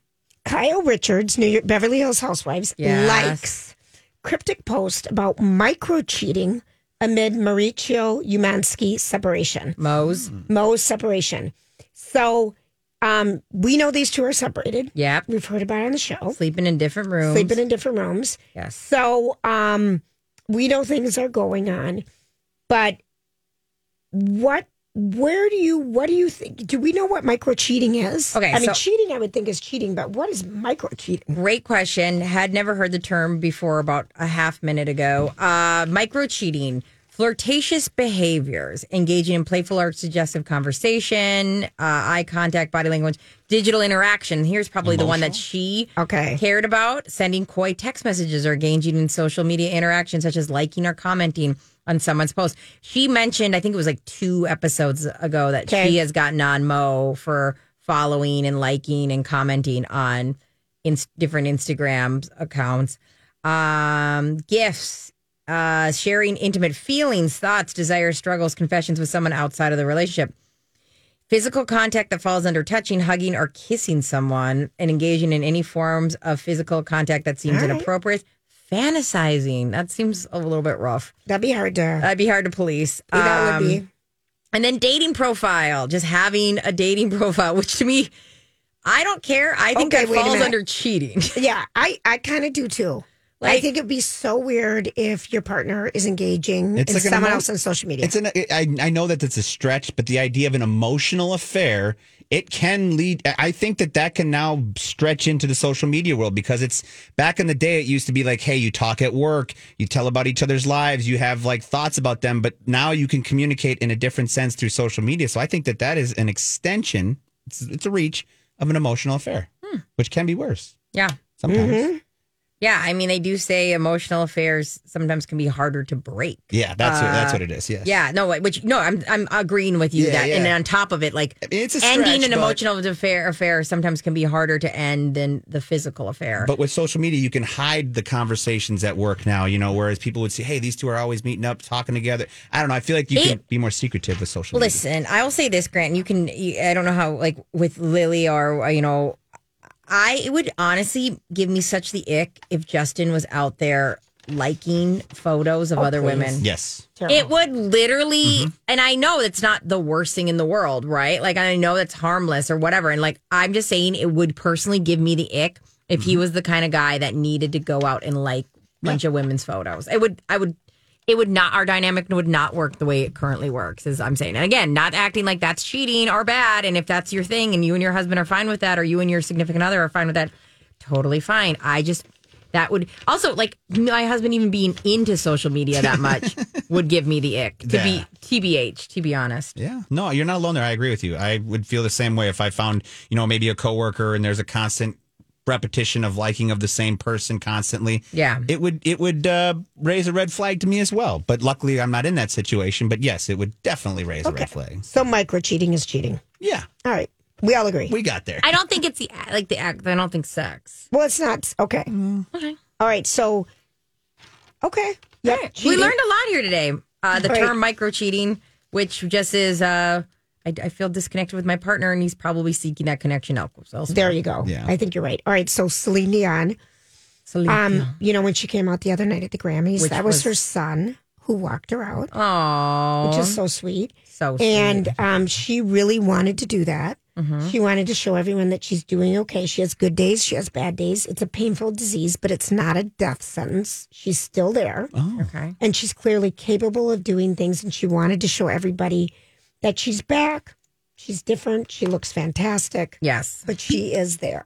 [SPEAKER 1] Kyle Richards, New York, Beverly Hills Housewives,
[SPEAKER 2] Yes.
[SPEAKER 1] likes cryptic post about micro cheating amid Mauricio Umansky separation,
[SPEAKER 2] Moe's.
[SPEAKER 1] Mo's separation. So um, we know these two are separated.
[SPEAKER 2] Yep.
[SPEAKER 1] We've heard about it on the show,
[SPEAKER 2] Sleeping in different rooms.
[SPEAKER 1] sleeping in different rooms.
[SPEAKER 2] Yes.
[SPEAKER 1] So um, we know things are going on, but what? Where do you? What do you think? Do we know what micro cheating is?
[SPEAKER 2] Okay,
[SPEAKER 1] I mean
[SPEAKER 2] so-
[SPEAKER 1] cheating. I would think is cheating, but what is micro cheating?
[SPEAKER 2] Great question. Had never heard the term before about a half minute ago. Uh, micro cheating, flirtatious behaviors, engaging in playful or suggestive conversation, uh, eye contact, body language, digital interaction. Here's probably the one that she
[SPEAKER 1] Okay.
[SPEAKER 2] cared about sending coy text messages or engaging in social media interactions such as liking or commenting on someone's post. She mentioned, I think it was like two episodes ago, that
[SPEAKER 1] Okay.
[SPEAKER 2] she has gotten on Mo for following and liking and commenting on in- different Instagram accounts. Um, gifts, uh, sharing intimate feelings, thoughts, desires, struggles, confessions with someone outside of the relationship physical contact that falls under touching, hugging, or kissing someone, and engaging in any forms of physical contact that seems
[SPEAKER 1] All right.
[SPEAKER 2] inappropriate. Fantasizing. That seems a little bit rough.
[SPEAKER 1] That'd be hard to.
[SPEAKER 2] That'd be hard to police.
[SPEAKER 1] that would
[SPEAKER 2] Um,
[SPEAKER 1] be.
[SPEAKER 2] and then dating profile, just having a dating profile, which to me, I don't care. I think
[SPEAKER 1] Okay,
[SPEAKER 2] that
[SPEAKER 1] wait a
[SPEAKER 2] falls
[SPEAKER 1] minute.
[SPEAKER 2] under cheating.
[SPEAKER 1] Yeah, I I kind of do too. I
[SPEAKER 2] Like-
[SPEAKER 1] think it'd be so weird if your partner is engaging in
[SPEAKER 3] It's like an
[SPEAKER 1] someone
[SPEAKER 3] emo-
[SPEAKER 1] else on social media.
[SPEAKER 3] It's an I, I know that that's a stretch, but the idea of an emotional affair it can lead. I think that that can now stretch into the social media world because it's back in the day it used to be like, hey, you talk at work, you tell about each other's lives, you have like thoughts about them, but now you can communicate in a different sense through social media. So I think that that is an extension. It's, it's a reach of an emotional affair,
[SPEAKER 2] Hmm.
[SPEAKER 3] which can be worse
[SPEAKER 2] yeah.
[SPEAKER 3] sometimes.
[SPEAKER 2] Mm-hmm. Yeah. I mean, they do say emotional affairs sometimes can be harder to break.
[SPEAKER 3] Yeah, that's what, that's what it is. Yes.
[SPEAKER 2] Uh, Yeah, no, which no, I'm I'm agreeing with you
[SPEAKER 3] Yeah,
[SPEAKER 2] that, and
[SPEAKER 3] yeah.
[SPEAKER 2] on top of it, like
[SPEAKER 3] I mean, it's a
[SPEAKER 2] ending
[SPEAKER 3] stretch,
[SPEAKER 2] an
[SPEAKER 3] but-
[SPEAKER 2] emotional affair affair sometimes can be harder to end than the physical affair.
[SPEAKER 3] But with social media, you can hide the conversations at work now, you know, whereas people would say, hey, these two are always meeting up, talking together. I don't know. I feel like you can be more secretive with social media.
[SPEAKER 2] Listen, I will say this, Grant. and You can. You, I don't know how, like with Lily or uh, you know, I it would honestly give me such the ick if Justin was out there liking photos of
[SPEAKER 3] Oh,
[SPEAKER 2] other women.
[SPEAKER 3] Yes.
[SPEAKER 2] It would literally, and I know that's not the worst thing in the world, right? Like, I know that's harmless or whatever. And like, I'm just saying it would personally give me the ick if he was the kind of guy that needed to go out and like a bunch of women's photos. It would, I would, it would not, our dynamic would not work the way it currently works, as I'm saying. And again, not acting like that's cheating or bad. And if that's your thing and you and your husband are fine with that, or you and your significant other are fine with that, totally fine. I just, that would also like my husband even being into social media that much would give me the ick to
[SPEAKER 3] Yeah.
[SPEAKER 2] be tbh to be honest.
[SPEAKER 3] Yeah. No, you're not alone there. I agree with you. I would feel the same way if I found, you know, maybe a coworker and there's a constant repetition of liking of the same person constantly.
[SPEAKER 2] Yeah.
[SPEAKER 3] It would it would uh, raise a red flag to me as well. But luckily I'm not in that situation. But yes, it would definitely raise a red flag.
[SPEAKER 1] so micro cheating is cheating.
[SPEAKER 3] Yeah.
[SPEAKER 1] All right, we all agree.
[SPEAKER 3] We got there.
[SPEAKER 2] I don't think it's the like the act. I don't think sex.
[SPEAKER 1] well, it's not okay.
[SPEAKER 3] Mm.
[SPEAKER 2] Okay.
[SPEAKER 1] All right, so okay, yep,
[SPEAKER 2] We
[SPEAKER 1] cheating.
[SPEAKER 2] learned a lot here today. Uh, the
[SPEAKER 1] Right.
[SPEAKER 2] term micro cheating, which just is, uh, I, I feel disconnected with my partner, and he's probably seeking that connection el- elsewhere.
[SPEAKER 1] There you go.
[SPEAKER 3] Yeah.
[SPEAKER 1] I think you're right. All right, so Celine Dion.
[SPEAKER 2] So,
[SPEAKER 1] Um, you know, when she came out the other night at the Grammys,
[SPEAKER 2] Which
[SPEAKER 1] that was,
[SPEAKER 2] was-
[SPEAKER 1] her son who walked her out.
[SPEAKER 2] Oh,
[SPEAKER 1] which is so sweet.
[SPEAKER 2] So
[SPEAKER 1] and
[SPEAKER 2] sweet.
[SPEAKER 1] um, she really wanted to do that.
[SPEAKER 2] Mhm.
[SPEAKER 1] She wanted to show everyone that she's doing okay. She has good days. She has bad days. It's a painful disease, but it's not a death sentence. She's still there.
[SPEAKER 2] Okay.
[SPEAKER 1] And she's clearly capable of doing things. And she wanted to show everybody that she's back. She's different. She looks fantastic,
[SPEAKER 2] Yes.
[SPEAKER 1] but she is there.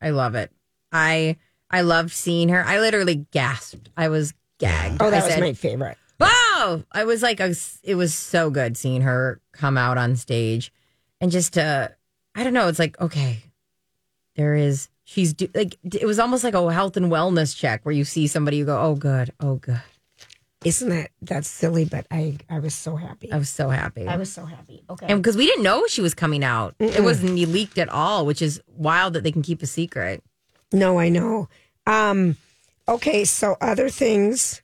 [SPEAKER 2] I love it. I I loved seeing her. I literally gasped. I was gagged.
[SPEAKER 1] Oh, that
[SPEAKER 2] I
[SPEAKER 1] was
[SPEAKER 2] said,
[SPEAKER 1] my favorite.
[SPEAKER 2] Wow! Oh, I was like, I was- it was so good seeing her come out on stage, and just to, I don't know. It's like okay, there is. She's do, like it was almost like a health and wellness check where you see somebody, you go, oh good, oh good.
[SPEAKER 1] Isn't that that's silly? But I I was so happy.
[SPEAKER 2] I was so happy.
[SPEAKER 1] I was so happy. Okay.
[SPEAKER 2] and because we didn't know she was coming out, it wasn't leaked at all, which is wild that they can keep a secret.
[SPEAKER 1] No, I know. Um, okay, so other things.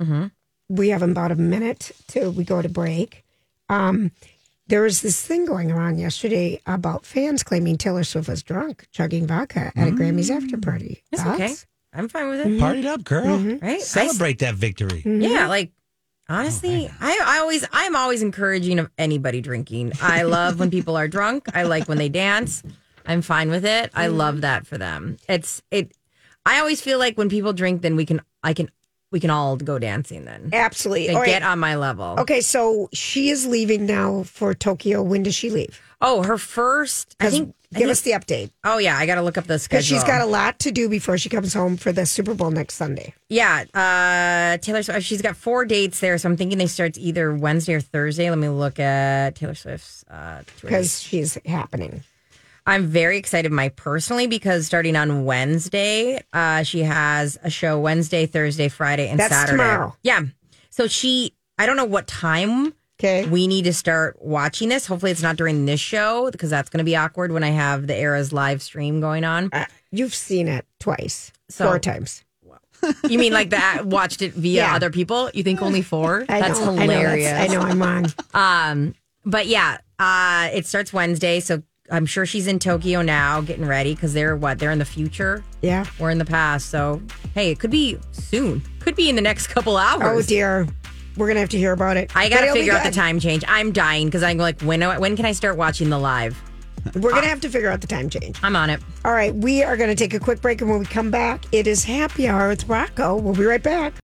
[SPEAKER 2] Mhm.
[SPEAKER 1] We have about a minute till we go to break. Um, there was this thing going around yesterday about fans claiming Taylor Swift was drunk chugging vodka at a Grammys after party.
[SPEAKER 2] It's
[SPEAKER 1] Thoughts?
[SPEAKER 2] Mm. okay. I'm fine with it.
[SPEAKER 3] Partied up, girl.
[SPEAKER 2] Right?
[SPEAKER 3] Celebrate that victory.
[SPEAKER 1] Mm-hmm.
[SPEAKER 2] Yeah, like honestly,
[SPEAKER 1] Oh,
[SPEAKER 2] I, I always I'm always encouraging of anybody drinking. I love when people are drunk. I like when they dance. I'm fine with it. I
[SPEAKER 1] Mm-hmm.
[SPEAKER 2] love that for them. It's it I always feel like when people drink then we can I can we can all go dancing then.
[SPEAKER 1] Absolutely.
[SPEAKER 2] They
[SPEAKER 1] All right.
[SPEAKER 2] get on my level.
[SPEAKER 1] Okay, so she is leaving now for Tokyo. When does she leave?
[SPEAKER 2] Oh, her first I
[SPEAKER 1] 'Cause
[SPEAKER 2] think I
[SPEAKER 1] give
[SPEAKER 2] think-
[SPEAKER 1] us the update
[SPEAKER 2] Oh yeah, I gotta look up the schedule.
[SPEAKER 1] because she's got a lot to do before she comes home for the Super Bowl next Sunday.
[SPEAKER 2] Yeah, uh, Taylor Swift. She's got four dates there, so I'm thinking they start either Wednesday or Thursday. Let me look at Taylor Swift's uh, tour dates.
[SPEAKER 1] because she's happening.
[SPEAKER 2] I'm very excited, my personally, because starting on Wednesday, uh, she has a show Wednesday, Thursday, Friday, and
[SPEAKER 1] That's
[SPEAKER 2] Saturday.
[SPEAKER 1] tomorrow.
[SPEAKER 2] Yeah. So she, I don't know what time
[SPEAKER 1] Okay.
[SPEAKER 2] we need to start watching this. Hopefully, it's not during this show because that's going to be awkward when I have the Era's live stream going on.
[SPEAKER 1] Uh, you've seen it twice,
[SPEAKER 2] So-
[SPEAKER 1] four times.
[SPEAKER 2] You mean like that? Watched it via
[SPEAKER 1] Yeah.
[SPEAKER 2] other people? You think only four?
[SPEAKER 1] I
[SPEAKER 2] that's
[SPEAKER 1] know, I know,
[SPEAKER 2] hilarious.
[SPEAKER 1] that's- I know, I am on.
[SPEAKER 2] Um, but yeah, uh, it starts Wednesday, so I'm sure she's in Tokyo now, getting ready because they're what they're in the future.
[SPEAKER 1] Yeah.
[SPEAKER 2] We're in the past, so hey, it could be soon. Could be in the next couple
[SPEAKER 1] Oh
[SPEAKER 2] hours.
[SPEAKER 1] dear, we're gonna have to hear about it.
[SPEAKER 2] I gotta
[SPEAKER 1] But it'll be
[SPEAKER 2] figure out the
[SPEAKER 1] good.
[SPEAKER 2] time change. I'm dying because I'm like, when when can I start watching the live?
[SPEAKER 1] We're
[SPEAKER 2] uh,
[SPEAKER 1] gonna have to figure out the time change.
[SPEAKER 2] I'm on it.
[SPEAKER 1] All right, we are gonna take a quick break, and when we come back, it is happy hour with Rocco. We'll be right back.